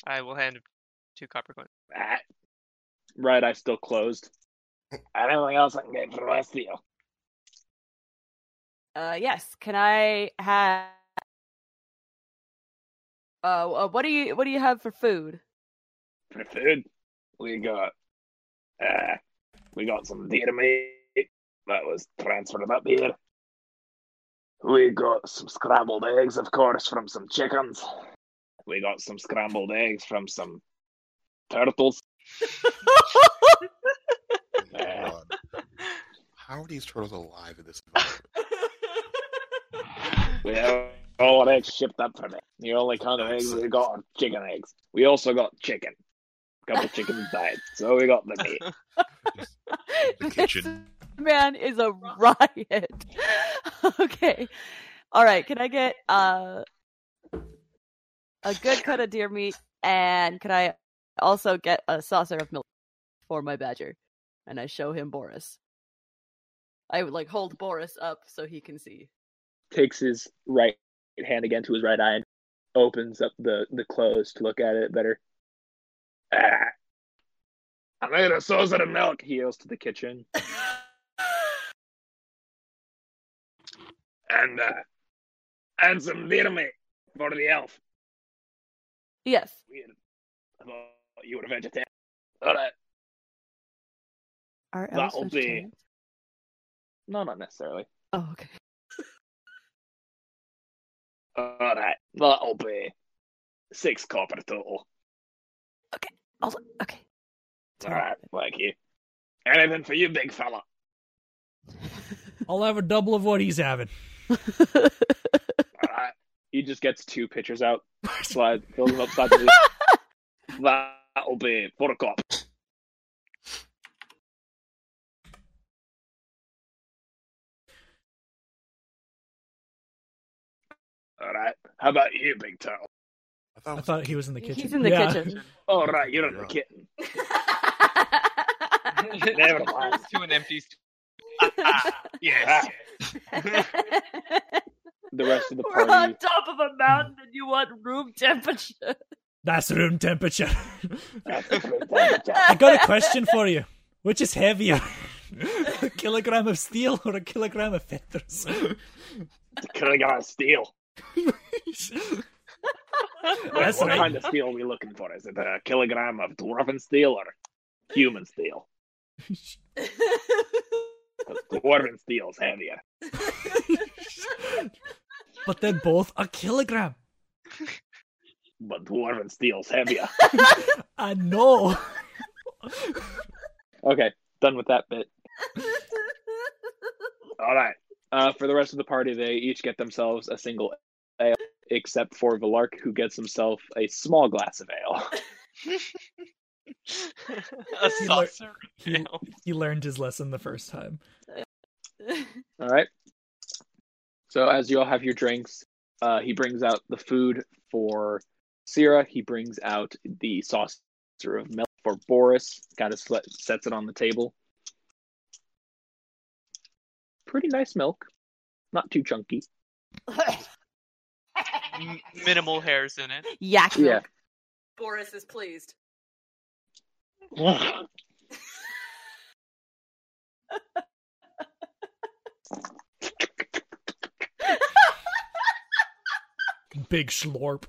[SPEAKER 4] I will hand two copper coins.
[SPEAKER 7] Ah,
[SPEAKER 2] Right eye still closed.
[SPEAKER 7] anything else I can get for the rest of you?
[SPEAKER 3] Uh, yes. Can I have? Uh, uh, what do you what do you have for food?
[SPEAKER 7] For food, we got uh, we got some deer meat that was transferred up here. We got some scrambled eggs, of course, from some chickens. We got some scrambled eggs from some turtles.
[SPEAKER 5] My God. How are these turtles alive in this environment?
[SPEAKER 7] We have all our eggs shipped up from it. The only kind of eggs we got are chicken eggs. We also got chicken. A couple chickens died, so we got the meat.
[SPEAKER 5] The kitchen.
[SPEAKER 3] This man is a riot. okay. All right. Can I get uh a good cut of deer meat and can I also get a saucer of milk for my badger? And I show him Boris. I would like hold Boris up so he can see.
[SPEAKER 2] Takes his right hand again to his right eye and opens up the, the clothes to look at it better.
[SPEAKER 7] Ah. I made a saucer of milk.
[SPEAKER 2] He goes to the kitchen.
[SPEAKER 7] and uh, and some deer meat for the elf.
[SPEAKER 3] Yes.
[SPEAKER 7] Weird. I thought you were a vegetarian. All right,
[SPEAKER 3] Are
[SPEAKER 7] elves That'll be- vegetarian?
[SPEAKER 2] No, not necessarily.
[SPEAKER 3] Oh, okay.
[SPEAKER 7] all right. That'll be six copper total.
[SPEAKER 3] Also, okay.
[SPEAKER 7] All right, thank you. Anything for you, big fella?
[SPEAKER 1] I'll have a double of what he's having.
[SPEAKER 7] All right,
[SPEAKER 2] He just gets two pitchers out, slide, fills them up sides of the-
[SPEAKER 7] that'll be four copper. All right. How about you, big turtle?
[SPEAKER 5] I thought, it
[SPEAKER 1] I
[SPEAKER 5] was
[SPEAKER 1] thought he was in the kitchen.
[SPEAKER 3] He's in the
[SPEAKER 1] Yeah.
[SPEAKER 3] kitchen.
[SPEAKER 7] All right, you're in the
[SPEAKER 5] Yeah.
[SPEAKER 7] kitten.
[SPEAKER 4] Never
[SPEAKER 7] mind. Ah,
[SPEAKER 4] To an empty. St- yes.
[SPEAKER 2] the rest of the
[SPEAKER 3] We're on
[SPEAKER 2] party.
[SPEAKER 3] top of a mountain and you want room temperature.
[SPEAKER 1] That's room temperature.
[SPEAKER 7] That's the great temperature.
[SPEAKER 1] I got a question for you. Which is heavier? a kilogram of steel or a kilogram of feathers?
[SPEAKER 7] Could have got steel.
[SPEAKER 1] That's
[SPEAKER 7] what
[SPEAKER 1] right.
[SPEAKER 7] kind of steel are we looking for? Is it a kilogram of dwarven steel or human steel? Dwarven steel's heavier.
[SPEAKER 1] but they're both a kilogram.
[SPEAKER 7] But dwarven steel's heavier.
[SPEAKER 1] I know.
[SPEAKER 2] Okay, done with that bit.
[SPEAKER 7] All right.
[SPEAKER 2] Uh, for the rest of the party, they each get themselves a single ale, except for Valark, who gets himself a small glass of ale.
[SPEAKER 4] a
[SPEAKER 1] He lear-
[SPEAKER 4] saucer.
[SPEAKER 1] He, he learned his lesson the first time.
[SPEAKER 2] All right. So as you all have your drinks, uh, he brings out the food for Syrah. He brings out the saucer of milk for Boris. Kind of sl- sets it on the table. Pretty nice milk, not too chunky.
[SPEAKER 4] M- minimal hairs in it.
[SPEAKER 3] Yak milk.
[SPEAKER 6] Boris is pleased.
[SPEAKER 1] Big schlorp.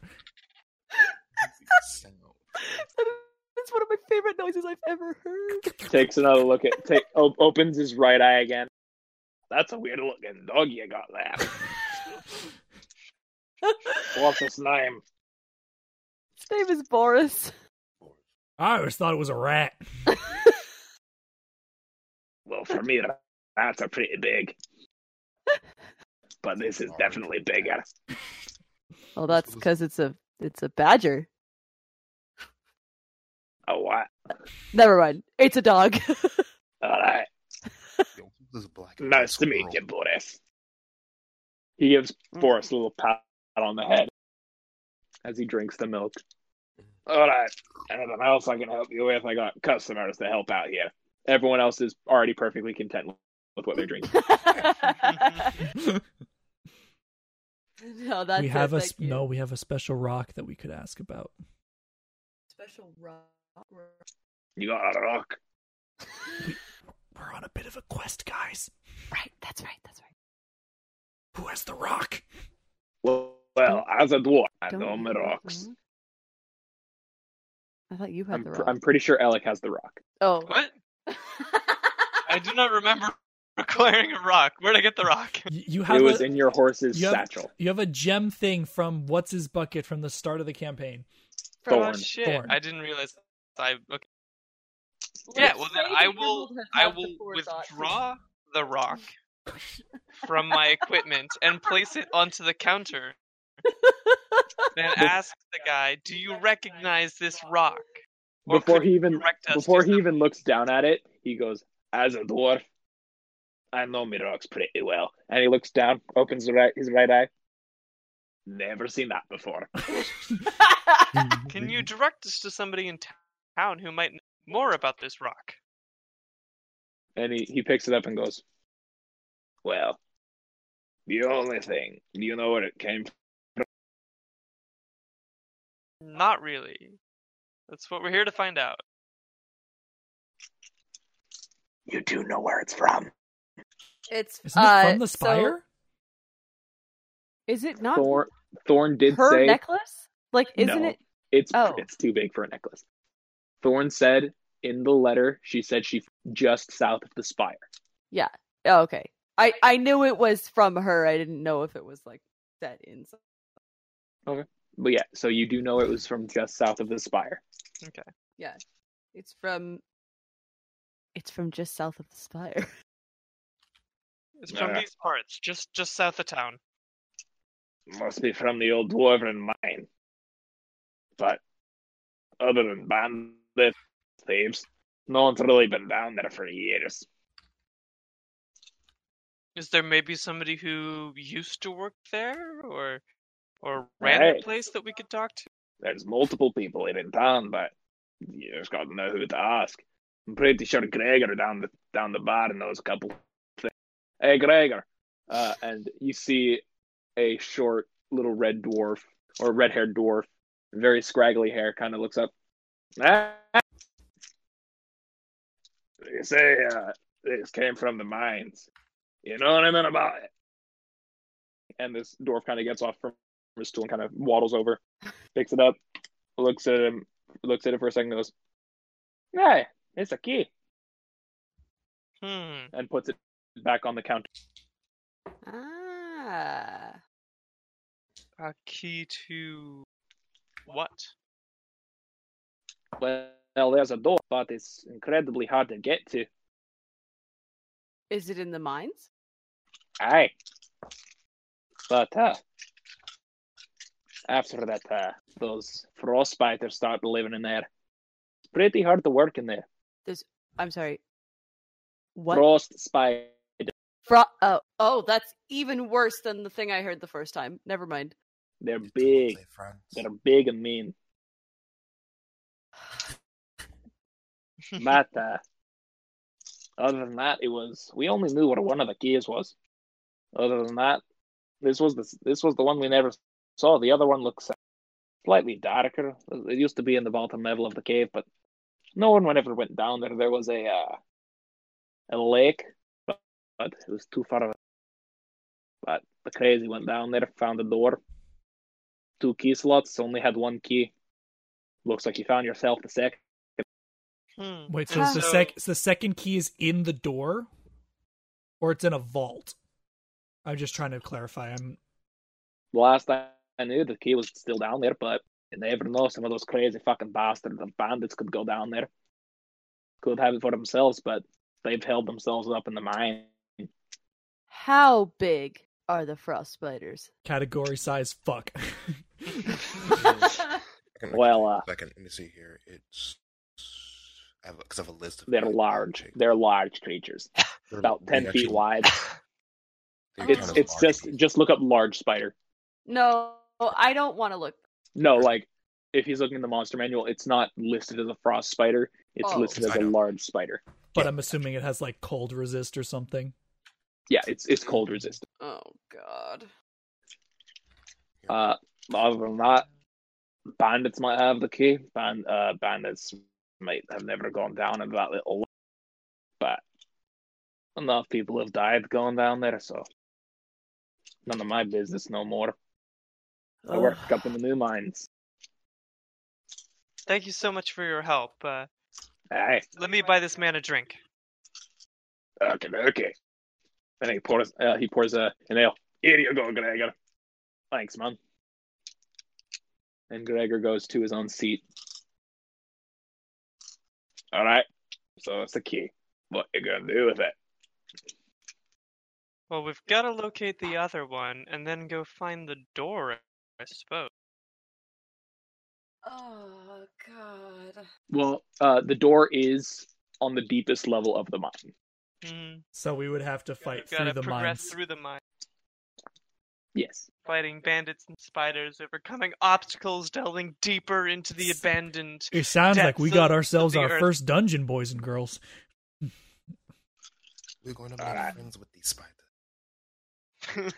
[SPEAKER 3] noises I've ever heard.
[SPEAKER 2] Take
[SPEAKER 7] Takes another look at. Take op- opens his right eye again. That's a weird looking dog you got there. What's his name?
[SPEAKER 3] His name is Boris.
[SPEAKER 1] I always thought it was a rat.
[SPEAKER 7] Well, for me, rats are pretty big,
[SPEAKER 2] Uh,
[SPEAKER 7] but this is definitely bigger.
[SPEAKER 3] Well, that's because it's a it's a badger.
[SPEAKER 7] Oh, what?
[SPEAKER 3] Never mind. It's a dog.
[SPEAKER 7] All
[SPEAKER 2] uh,
[SPEAKER 7] right.
[SPEAKER 5] Yo, this is a black and
[SPEAKER 7] Nice to
[SPEAKER 5] white
[SPEAKER 7] meet you,
[SPEAKER 5] squirrel.
[SPEAKER 7] Boris. He gives Boris a little pat on the head
[SPEAKER 2] as he drinks the milk.
[SPEAKER 7] All right. Anything else I can help you with? I got customers to help out here. Everyone else is already perfectly content with what they're drinking.
[SPEAKER 3] no, that's
[SPEAKER 1] we have
[SPEAKER 3] it.
[SPEAKER 1] a
[SPEAKER 3] Thank
[SPEAKER 1] s-
[SPEAKER 3] you.
[SPEAKER 1] no, we have a special rock that we could ask about.
[SPEAKER 6] Special rock.
[SPEAKER 7] You got a rock.
[SPEAKER 1] We're on a bit of a quest, guys.
[SPEAKER 3] Right. That's right. That's right.
[SPEAKER 1] Who has the rock?
[SPEAKER 7] Well, well as a dwarf, I
[SPEAKER 3] Don't
[SPEAKER 7] know
[SPEAKER 3] you
[SPEAKER 7] my
[SPEAKER 3] have the
[SPEAKER 7] rocks.
[SPEAKER 3] rock? I thought you had
[SPEAKER 2] I'm,
[SPEAKER 3] the
[SPEAKER 2] pr-
[SPEAKER 3] rock.
[SPEAKER 2] I'm pretty sure Alec has the rock.
[SPEAKER 3] Oh,
[SPEAKER 4] What? I do not remember requiring a rock. Where'd I get the rock?
[SPEAKER 1] Y- You
[SPEAKER 2] it
[SPEAKER 1] have
[SPEAKER 2] was
[SPEAKER 1] a,
[SPEAKER 2] in your horse's
[SPEAKER 1] you have-
[SPEAKER 2] satchel.
[SPEAKER 1] you have a gem thing from what's his bucket from the start of the campaign.
[SPEAKER 4] Oh
[SPEAKER 2] Thorn.
[SPEAKER 4] shit!
[SPEAKER 1] Thorn.
[SPEAKER 4] I didn't realize. I okay. Yeah, well then I will I will withdraw the rock from my equipment and place it onto the counter. Then ask the guy, "Do you recognize this rock?" Or
[SPEAKER 2] Before
[SPEAKER 4] could
[SPEAKER 2] he
[SPEAKER 4] you
[SPEAKER 2] even
[SPEAKER 4] direct us to
[SPEAKER 2] before he
[SPEAKER 4] some-
[SPEAKER 2] even looks down at it, he goes,
[SPEAKER 7] As a dwarf, I know my rocks pretty well. And he looks down, opens the right, his right eye. Never seen that before.
[SPEAKER 4] Can you direct us to somebody in town who might know more about this rock?
[SPEAKER 7] And he, he picks it up and goes, Well, the only thing, do you know where it came from?
[SPEAKER 4] Not really. That's what we're here to find out.
[SPEAKER 7] You do know where it's from.
[SPEAKER 6] It's
[SPEAKER 1] Isn't it
[SPEAKER 3] Uh,
[SPEAKER 1] from the
[SPEAKER 3] so-
[SPEAKER 1] spire?
[SPEAKER 3] is it not
[SPEAKER 2] Thorn Thorn did
[SPEAKER 3] her
[SPEAKER 2] say
[SPEAKER 3] necklace? Like, isn't
[SPEAKER 2] No.
[SPEAKER 3] it?
[SPEAKER 2] it's
[SPEAKER 3] Oh.
[SPEAKER 2] it's too big for a necklace. Thorn said in the letter, she said she just south of the spire.
[SPEAKER 3] Oh, okay. I I knew it was from her. I didn't know if it was like set in. some-
[SPEAKER 2] But yeah, so you do know it was from just south of the spire.
[SPEAKER 3] Yeah, it's from. It's from just south of the spire.
[SPEAKER 4] It's from
[SPEAKER 7] Yeah.
[SPEAKER 4] these parts, just just south of town.
[SPEAKER 7] Must be from the old dwarven mine. But other than bandit thieves, no one's really been down there for years.
[SPEAKER 4] Is there maybe somebody who used to work there or or ran the
[SPEAKER 7] Right.
[SPEAKER 4] place that we could talk to?
[SPEAKER 7] There's multiple people here in town, but you just gotta know who to ask. I'm pretty sure Gregor down the down the bar knows a couple things. Hey Gregor.
[SPEAKER 2] Uh, and you see a short little red dwarf or red haired dwarf, very scraggly hair, kind of looks up.
[SPEAKER 7] Ah! You say uh, this came from the mines. You know what I mean about it?
[SPEAKER 2] And this dwarf kind of gets off from his stool and kind of waddles over, picks it up, looks at him, looks at it for a second, goes,
[SPEAKER 7] Hey, it's a key.
[SPEAKER 4] Hmm.
[SPEAKER 2] and puts it back on the counter.
[SPEAKER 3] ah,
[SPEAKER 4] A key to what?
[SPEAKER 2] Well, there's a door, but it's incredibly hard to get to.
[SPEAKER 3] is it in the mines?
[SPEAKER 2] Aye. But uh, after that, uh, those frostbiters start living in there. It's pretty hard to work in there.
[SPEAKER 3] I'm sorry. What?
[SPEAKER 2] Frost spider.
[SPEAKER 3] Fro- oh, oh, that's even worse than the thing I heard the first time. Never mind.
[SPEAKER 2] They're
[SPEAKER 5] It's
[SPEAKER 2] big.
[SPEAKER 5] my friends.
[SPEAKER 2] They're big and mean. But uh, other than that, it was we only knew what one of the keys was. Other than that, this was the this was the one we never saw. The other one looks slightly darker. It used to be in the bottom level of the cave, but no one ever went down there. There was a uh, a lake, but, but it was too far. Away. But the crazy went down there, found a door, two key slots, only had one key. Looks like you found yourself the second.
[SPEAKER 4] Hmm.
[SPEAKER 1] Wait, so,
[SPEAKER 3] Ah.
[SPEAKER 1] it's the sec so the second key is in the door, or it's in a vault. I'm just trying to clarify. I'm
[SPEAKER 2] Last I knew, the key was still down there, but you never know. Some of those crazy fucking bastards and bandits could go down there. Could have it for themselves, but they've held themselves up in the mine.
[SPEAKER 3] How big are the frost spiders?
[SPEAKER 1] category size fuck.
[SPEAKER 5] Second,
[SPEAKER 2] Well, uh,
[SPEAKER 5] second, let me see here. It's I have because I have a list of
[SPEAKER 2] They're
[SPEAKER 5] like,
[SPEAKER 2] large.
[SPEAKER 5] shape.
[SPEAKER 2] They're large creatures,
[SPEAKER 5] They're
[SPEAKER 2] about ten
[SPEAKER 5] eh? they
[SPEAKER 2] feet
[SPEAKER 5] actually-
[SPEAKER 2] wide.
[SPEAKER 5] they
[SPEAKER 3] Oh.
[SPEAKER 5] count
[SPEAKER 2] It's
[SPEAKER 5] as
[SPEAKER 2] it's
[SPEAKER 5] large
[SPEAKER 2] just
[SPEAKER 5] people.
[SPEAKER 2] just look up large spider.
[SPEAKER 3] No, I don't want to look.
[SPEAKER 2] No, like if he's looking in the monster manual, it's not listed as a frost spider. It's
[SPEAKER 3] Oh.
[SPEAKER 2] listed as a
[SPEAKER 5] Spider.
[SPEAKER 2] large spider.
[SPEAKER 1] but
[SPEAKER 5] Yeah.
[SPEAKER 1] I'm assuming it has like cold resist or something.
[SPEAKER 2] Yeah, it's it's cold resistant.
[SPEAKER 3] Oh God.
[SPEAKER 2] Uh, other than that, bandits might have the key. Band uh, bandits might have never gone down in that little, but enough people have died going down there, so none of my business no more. I work up in the new mines.
[SPEAKER 4] Thank you so much for your help. Uh,
[SPEAKER 2] Aye.
[SPEAKER 4] let me buy this man a drink.
[SPEAKER 7] Okay, okay.
[SPEAKER 2] And he pours, uh, he pours uh, an ale.
[SPEAKER 7] Here you go, Gregor.
[SPEAKER 2] Thanks, man. And Gregor goes to his own seat.
[SPEAKER 7] All right. So that's the key. What you gonna do with it?
[SPEAKER 4] Well, we've got to locate the other one and then go find the door, I suppose.
[SPEAKER 6] Oh God.
[SPEAKER 2] Well, uh, the door is on the deepest level of the mine.
[SPEAKER 4] Mm,
[SPEAKER 1] So we would have to fight
[SPEAKER 4] we've got
[SPEAKER 1] through
[SPEAKER 4] to
[SPEAKER 1] the
[SPEAKER 4] progress
[SPEAKER 1] mines.
[SPEAKER 4] through the mine,
[SPEAKER 2] Yes.
[SPEAKER 4] fighting bandits and spiders, overcoming obstacles, delving deeper into the abandoned.
[SPEAKER 1] It sounds like we
[SPEAKER 4] depths
[SPEAKER 1] got
[SPEAKER 4] of-
[SPEAKER 1] ourselves
[SPEAKER 4] of the
[SPEAKER 1] our
[SPEAKER 4] earth.
[SPEAKER 1] first dungeon, boys and girls.
[SPEAKER 5] We're going to be
[SPEAKER 7] All right.
[SPEAKER 5] friends with these spiders.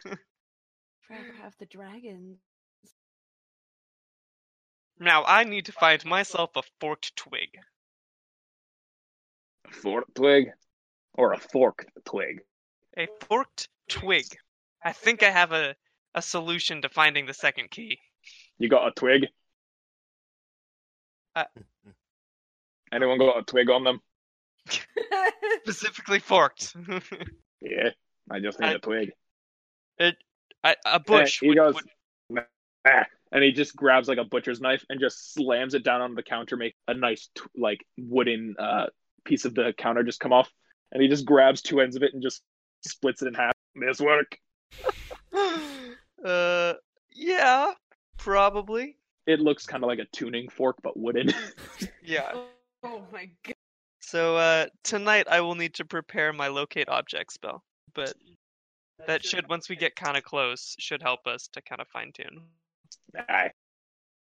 [SPEAKER 6] Forever have the dragons.
[SPEAKER 4] now I need to find myself a forked twig.
[SPEAKER 2] A forked twig? Or a forked twig?
[SPEAKER 4] A forked twig. I think I have a, a solution to finding the second key.
[SPEAKER 2] You got a twig?
[SPEAKER 7] Anyone got a twig on them?
[SPEAKER 4] Specifically forked.
[SPEAKER 7] Yeah. I just need
[SPEAKER 4] I-
[SPEAKER 7] a twig.
[SPEAKER 4] it, I, a bush.
[SPEAKER 2] he
[SPEAKER 4] would-
[SPEAKER 2] goes-
[SPEAKER 4] would-
[SPEAKER 7] Ah,
[SPEAKER 2] And he just grabs like a butcher's knife and just slams it down on the counter, make a nice tw- like wooden uh, piece of the counter just come off. And he just grabs two ends of it and just splits it in half.
[SPEAKER 7] this work.
[SPEAKER 4] uh, yeah, probably.
[SPEAKER 2] It looks kind of like a tuning fork, but wooden.
[SPEAKER 4] Yeah.
[SPEAKER 6] oh my God.
[SPEAKER 4] So uh, tonight I will need to prepare my locate object spell, but that should, once we get kind of close, should help us to kind of fine tune.
[SPEAKER 7] Aye.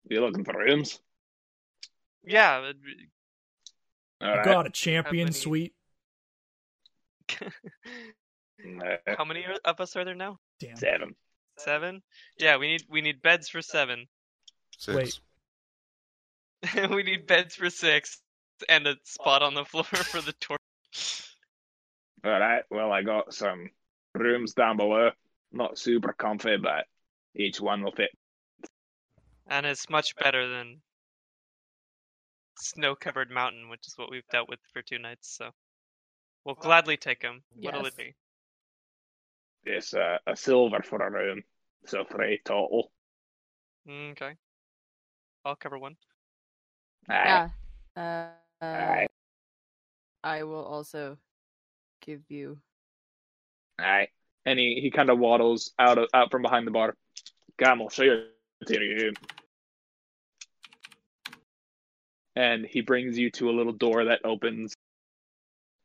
[SPEAKER 7] You looking for rooms?
[SPEAKER 4] Yeah, it'd be-
[SPEAKER 7] All right.
[SPEAKER 1] Got a champion
[SPEAKER 4] Company.
[SPEAKER 1] suite.
[SPEAKER 7] Uh,
[SPEAKER 4] how many are- of us are there now?
[SPEAKER 1] Damn.
[SPEAKER 7] seven.
[SPEAKER 4] Seven. Yeah, we need we need beds for seven.
[SPEAKER 5] Six.
[SPEAKER 1] Wait.
[SPEAKER 4] we need beds for six and a spot on the floor for the torch.
[SPEAKER 7] All right. Well, I got some rooms down below. Not super comfy, but each one will fit.
[SPEAKER 4] And it's much better than snow-covered mountain, which is what we've dealt with for two nights. So we'll gladly take them. What'll it
[SPEAKER 6] Yes.
[SPEAKER 4] be?
[SPEAKER 7] It's uh, a silver for a room, so three total.
[SPEAKER 4] Mm, Okay. I'll cover one.
[SPEAKER 7] Aye.
[SPEAKER 3] Yeah. Uh,
[SPEAKER 7] Aye.
[SPEAKER 3] I will also give you.
[SPEAKER 7] Aye.
[SPEAKER 2] and he, he kind of waddles out of, out from behind the bar.
[SPEAKER 7] Come, I'll show you to your room.
[SPEAKER 2] and he brings you to a little door that opens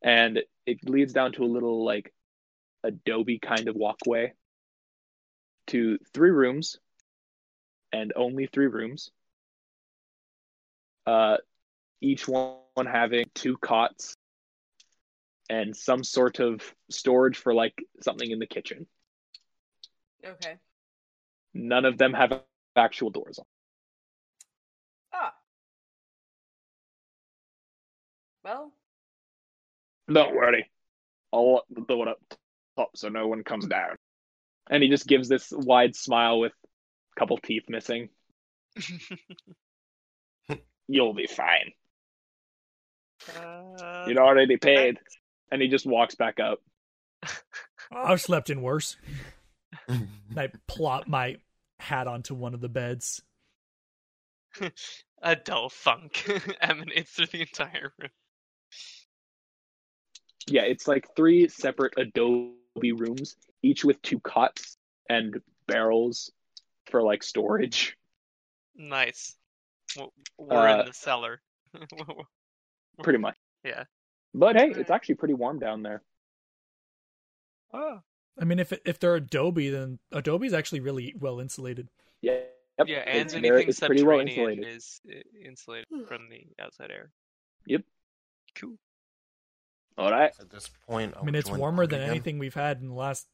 [SPEAKER 2] and it leads down to a little like adobe kind of walkway to three rooms and only three rooms uh each one having two cots and some sort of storage for like something in the kitchen
[SPEAKER 6] Okay.
[SPEAKER 2] none of them have actual doors on
[SPEAKER 6] Ah. Well,
[SPEAKER 7] Don't worry. I'll lock the door up top so no one comes down.
[SPEAKER 2] and he just gives this wide smile with a couple teeth missing
[SPEAKER 4] Uh,
[SPEAKER 7] You'll be fine.
[SPEAKER 4] Uh,
[SPEAKER 7] You'd already paid. And he just walks back up.
[SPEAKER 1] I've slept in worse. And I plop my hat onto one of the beds.
[SPEAKER 4] a dull funk emanates through the entire room.
[SPEAKER 2] Yeah, it's like three separate adobe rooms, each with two cots and barrels for like storage.
[SPEAKER 4] Nice. W- We're
[SPEAKER 2] Uh,
[SPEAKER 4] in the cellar.
[SPEAKER 2] Pretty much.
[SPEAKER 4] Yeah.
[SPEAKER 2] But hey, it's actually pretty warm down there.
[SPEAKER 4] oh,
[SPEAKER 1] I mean, if if they're Adobe, then Adobe's actually really well insulated.
[SPEAKER 2] Yeah. Yep.
[SPEAKER 4] yeah, and
[SPEAKER 2] it's very-
[SPEAKER 4] anything
[SPEAKER 2] it's pretty
[SPEAKER 4] subterranean
[SPEAKER 2] well insulated.
[SPEAKER 4] is uh, insulated from the outside air.
[SPEAKER 2] Yep.
[SPEAKER 4] Cool.
[SPEAKER 2] All right.
[SPEAKER 5] At this point,
[SPEAKER 1] I mean, it's warmer than anything we've had in the last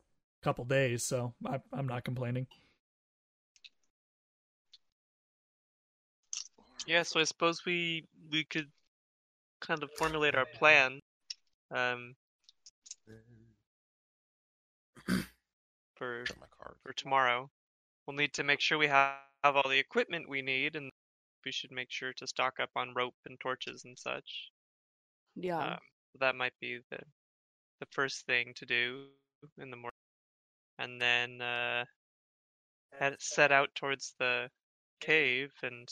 [SPEAKER 1] couple days, so I, I'm not complaining.
[SPEAKER 4] Yeah, so I suppose we we could kind of formulate our plan. Um, for
[SPEAKER 5] Got my card.
[SPEAKER 4] for tomorrow. We'll need to make sure we have, have all the equipment we need, and we should make sure to stock up on rope and torches and such.
[SPEAKER 3] Yeah.
[SPEAKER 4] Um, that might be the the first thing to do in the morning, and then uh, head, set out towards the cave and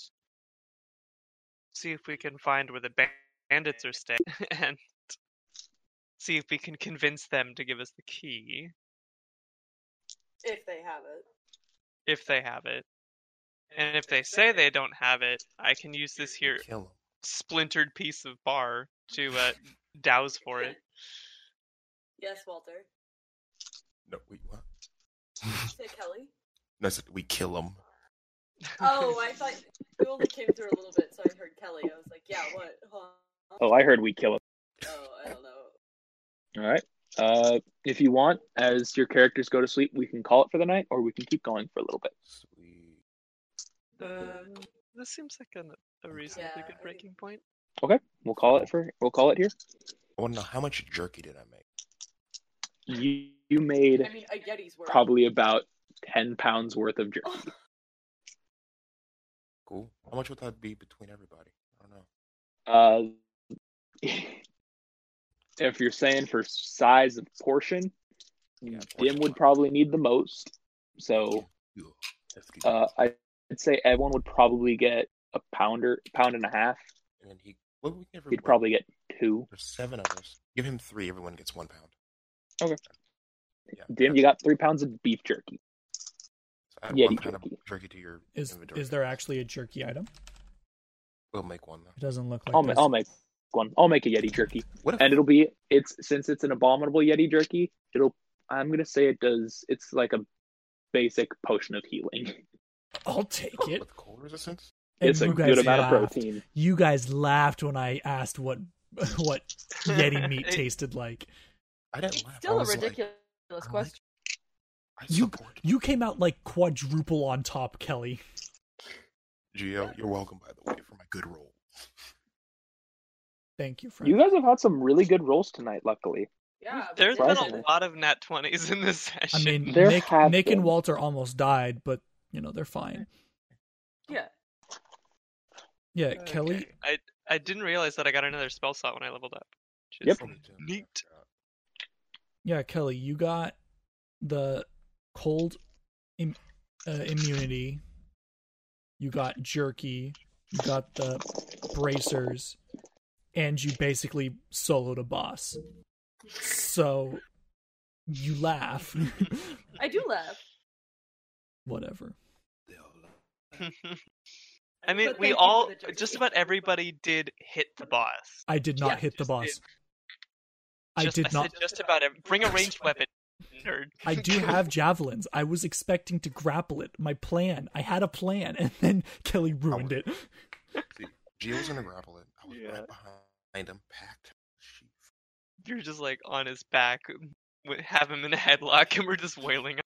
[SPEAKER 4] see if we can find where the ba- bandits are staying, and see if we can convince them to give us the key
[SPEAKER 6] If they have it.
[SPEAKER 4] if they have it. And if they say they don't have it, I can use this here
[SPEAKER 5] Kill him.
[SPEAKER 4] splintered piece of bar to uh, douse for it.
[SPEAKER 6] Yes, Walter.
[SPEAKER 5] No, wait, what?
[SPEAKER 6] Say Kelly.
[SPEAKER 5] No, I said we kill him.
[SPEAKER 6] Oh, I thought you only came through a little bit, so I heard Kelly. I was like, yeah, what? Huh?
[SPEAKER 2] Oh, I heard we kill him.
[SPEAKER 6] Oh, I don't know.
[SPEAKER 2] All right. Uh, if you want, as your characters go to sleep, we can call it for the night, or we can keep going for a little bit.
[SPEAKER 5] Sweet.
[SPEAKER 4] Um, this seems like a, a reasonably
[SPEAKER 6] Yeah, I
[SPEAKER 4] good
[SPEAKER 6] think-
[SPEAKER 4] breaking point.
[SPEAKER 2] We'll call it for. We'll call it here.
[SPEAKER 5] I want to know how much jerky did I make?
[SPEAKER 2] You you made
[SPEAKER 6] I mean, a Yeti's worth.
[SPEAKER 2] probably about ten pounds worth of jerky.
[SPEAKER 5] Cool. How much would that be between everybody? I don't know.
[SPEAKER 2] Uh,
[SPEAKER 6] Oh.
[SPEAKER 2] if you're saying for size of portion,
[SPEAKER 5] Yeah,
[SPEAKER 2] Jim
[SPEAKER 5] portion.
[SPEAKER 2] would probably need the most. So
[SPEAKER 5] Yeah. Let's do
[SPEAKER 2] uh,
[SPEAKER 5] that.
[SPEAKER 2] I'd say everyone would probably get a pounder, pound and a half.
[SPEAKER 5] and then he, well, we can
[SPEAKER 2] He'd
[SPEAKER 5] everyone-
[SPEAKER 2] probably get two.
[SPEAKER 5] There's seven of us. Give him three. Everyone gets one pound.
[SPEAKER 2] Okay.
[SPEAKER 5] Yeah.
[SPEAKER 2] Jim, you got three pounds of beef jerky.
[SPEAKER 5] So add
[SPEAKER 2] yeah,
[SPEAKER 5] one
[SPEAKER 2] you
[SPEAKER 5] pound
[SPEAKER 2] jerky.
[SPEAKER 5] of jerky to your
[SPEAKER 1] Is
[SPEAKER 5] inventory.
[SPEAKER 1] is there actually a jerky item?
[SPEAKER 5] We'll make one.
[SPEAKER 1] It
[SPEAKER 5] Though.
[SPEAKER 1] doesn't look like.
[SPEAKER 2] I'll, ma-
[SPEAKER 1] this.
[SPEAKER 2] I'll make one. I'll make a Yeti jerky.
[SPEAKER 5] What if
[SPEAKER 2] and it'll be it's since it's an abominable yeti jerky it'll i'm gonna say it does it's like a basic potion of healing
[SPEAKER 1] I'll take it.
[SPEAKER 5] with cold resistance?
[SPEAKER 1] And
[SPEAKER 2] it's a
[SPEAKER 1] you
[SPEAKER 2] good
[SPEAKER 1] guys
[SPEAKER 2] amount of
[SPEAKER 1] laughed.
[SPEAKER 2] protein
[SPEAKER 1] You guys laughed when I asked what what Yeti meat tasted like.
[SPEAKER 5] I didn't
[SPEAKER 3] It's
[SPEAKER 5] laugh. I
[SPEAKER 3] still a
[SPEAKER 5] was like,
[SPEAKER 3] ridiculous
[SPEAKER 5] like-
[SPEAKER 3] question.
[SPEAKER 5] I
[SPEAKER 1] You-
[SPEAKER 5] support
[SPEAKER 1] You came out like quadruple on top, Kelly.
[SPEAKER 5] Gio. You're welcome, by the way, for my good role.
[SPEAKER 1] Thank you, friend.
[SPEAKER 2] you guys have had some really good rolls tonight luckily
[SPEAKER 6] Yeah, but
[SPEAKER 4] There's
[SPEAKER 6] they
[SPEAKER 4] been
[SPEAKER 2] surprisingly.
[SPEAKER 4] a lot of nat 20s in this
[SPEAKER 1] I
[SPEAKER 4] session.
[SPEAKER 1] mean,
[SPEAKER 2] There
[SPEAKER 1] Nick,
[SPEAKER 2] have
[SPEAKER 1] Nick
[SPEAKER 2] been.
[SPEAKER 1] and Walter almost died, but you know they're fine.
[SPEAKER 6] Yeah.
[SPEAKER 1] Yeah, Kelly.
[SPEAKER 4] Uh, Okay. I, I didn't realize that I got another spell slot when I leveled up. Which
[SPEAKER 2] Yep.
[SPEAKER 4] is
[SPEAKER 5] Neat.
[SPEAKER 4] Neat.
[SPEAKER 1] Yeah, Kelly. You got the cold Im- uh, immunity. You got jerky. You got the bracers, and you basically soloed a boss. So you laugh.
[SPEAKER 6] I do laugh.
[SPEAKER 1] Whatever.
[SPEAKER 4] I mean,
[SPEAKER 6] But
[SPEAKER 4] we
[SPEAKER 6] thank you
[SPEAKER 4] all,
[SPEAKER 6] for the jerky.
[SPEAKER 4] just about everybody did hit the boss.
[SPEAKER 1] I did not
[SPEAKER 4] Yeah,
[SPEAKER 1] hit the
[SPEAKER 4] just
[SPEAKER 1] boss.
[SPEAKER 4] did.
[SPEAKER 1] I
[SPEAKER 4] Just-
[SPEAKER 1] did not.
[SPEAKER 4] Said just about every, bring a ranged weapon, nerd.
[SPEAKER 1] I do have javelins. I was expecting to grapple it. My plan. I had a plan, and then Kelly ruined
[SPEAKER 4] Oh
[SPEAKER 1] it.
[SPEAKER 5] See, Gio's gonna grapple it. I was
[SPEAKER 4] Yeah.
[SPEAKER 5] right behind him, packed. Jeez.
[SPEAKER 4] You're just like on his back, w- have him in a headlock, and we're just wailing.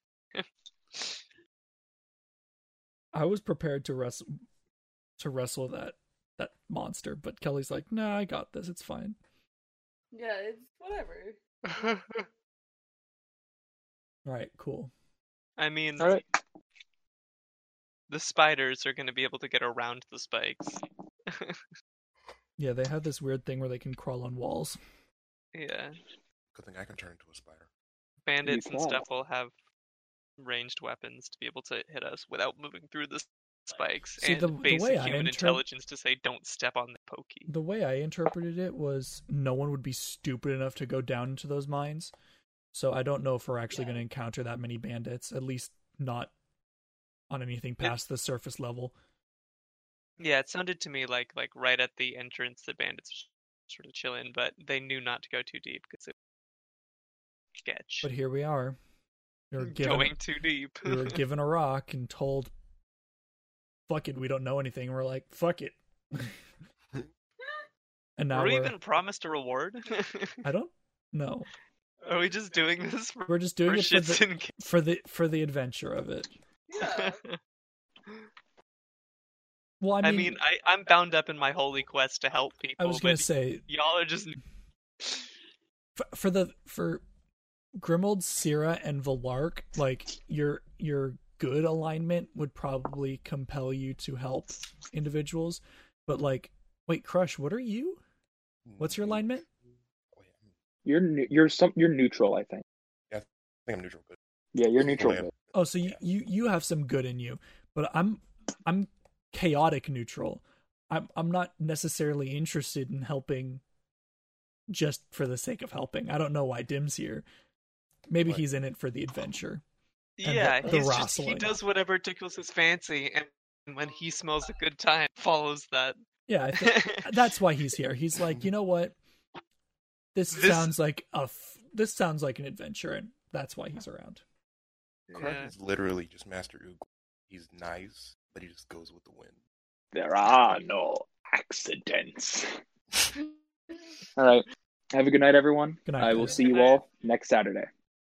[SPEAKER 1] I was prepared to wrestle to wrestle that that monster, but Kelly's like, "Nah, I got this. It's fine."
[SPEAKER 6] Yeah, it's whatever.
[SPEAKER 1] All right, cool.
[SPEAKER 4] I mean,
[SPEAKER 2] all right
[SPEAKER 4] the spiders are going to be able to get around the spikes.
[SPEAKER 1] Yeah, they have this weird thing where they can crawl on walls.
[SPEAKER 4] Yeah.
[SPEAKER 5] Good thing I can turn into a spider.
[SPEAKER 4] Bandits and
[SPEAKER 2] can.
[SPEAKER 4] stuff will have ranged weapons to be able to hit us without moving through the s- spikes
[SPEAKER 1] See,
[SPEAKER 4] and
[SPEAKER 1] the- the
[SPEAKER 4] basic
[SPEAKER 1] way I
[SPEAKER 4] human
[SPEAKER 1] inter-
[SPEAKER 4] intelligence to say don't step on the pokey.
[SPEAKER 1] The way I interpreted it was no one would be stupid enough to go down into those mines. So I don't know if we're actually
[SPEAKER 6] Yeah.
[SPEAKER 1] going to encounter that many bandits, at least not on anything past the surface level.
[SPEAKER 4] Yeah, it sounded to me like like right at the entrance the bandits were sort of chilling, but they knew not to go too deep because it was sketch.
[SPEAKER 1] But here we are. We were given,
[SPEAKER 4] Mm, Going too deep.
[SPEAKER 1] we were given a rock and told, fuck it, we don't know anything. And we're like, fuck it. and now
[SPEAKER 4] Were we
[SPEAKER 1] we're,
[SPEAKER 4] even promised a reward?
[SPEAKER 1] I don't know.
[SPEAKER 4] Are we just doing this for,
[SPEAKER 1] We're just doing
[SPEAKER 4] for
[SPEAKER 1] it for
[SPEAKER 4] shits
[SPEAKER 1] the,
[SPEAKER 4] and
[SPEAKER 1] for the for the adventure of it.
[SPEAKER 6] Yeah.
[SPEAKER 1] Well, I
[SPEAKER 4] I
[SPEAKER 1] mean,
[SPEAKER 4] mean, I, I'm bound up in my holy quest to help people,
[SPEAKER 1] I was going
[SPEAKER 4] but
[SPEAKER 1] to say
[SPEAKER 4] y'all are just
[SPEAKER 1] for, for the for Grimold, Syrah, and Valark, like your your good alignment would probably compel you to help individuals. But like, wait, Crush, what are you? What's your alignment?
[SPEAKER 5] Wait, Oh, I'm-
[SPEAKER 2] You're nu- you're some you're neutral, I think.
[SPEAKER 5] I think I'm neutral. Good.
[SPEAKER 2] Yeah, you're
[SPEAKER 5] Something
[SPEAKER 2] neutral.
[SPEAKER 5] like that.
[SPEAKER 1] Oh, so you
[SPEAKER 5] Yeah.
[SPEAKER 1] you, you have some good in you, but I'm I'm chaotic neutral. I'm I'm not necessarily interested in helping just for the sake of helping. I don't know why Dim's here. Maybe
[SPEAKER 5] Right.
[SPEAKER 1] he's in it for the adventure. the-
[SPEAKER 4] yeah.
[SPEAKER 1] the
[SPEAKER 4] he's just he
[SPEAKER 1] rustling.
[SPEAKER 4] does whatever tickles his fancy, and when he smells a good time, follows that.
[SPEAKER 1] Yeah, I think that's why he's here. He's like, you know what? This,
[SPEAKER 4] This-
[SPEAKER 1] sounds like a f- this sounds like an adventure, and that's why he's around.
[SPEAKER 5] Crack
[SPEAKER 4] Yeah.
[SPEAKER 5] is literally just Master Oog. He's nice, but he just goes with the wind.
[SPEAKER 7] There are no accidents.
[SPEAKER 2] All right. Have a good night, everyone.
[SPEAKER 1] Good night,
[SPEAKER 2] I will
[SPEAKER 1] guys.
[SPEAKER 2] see you all next Saturday.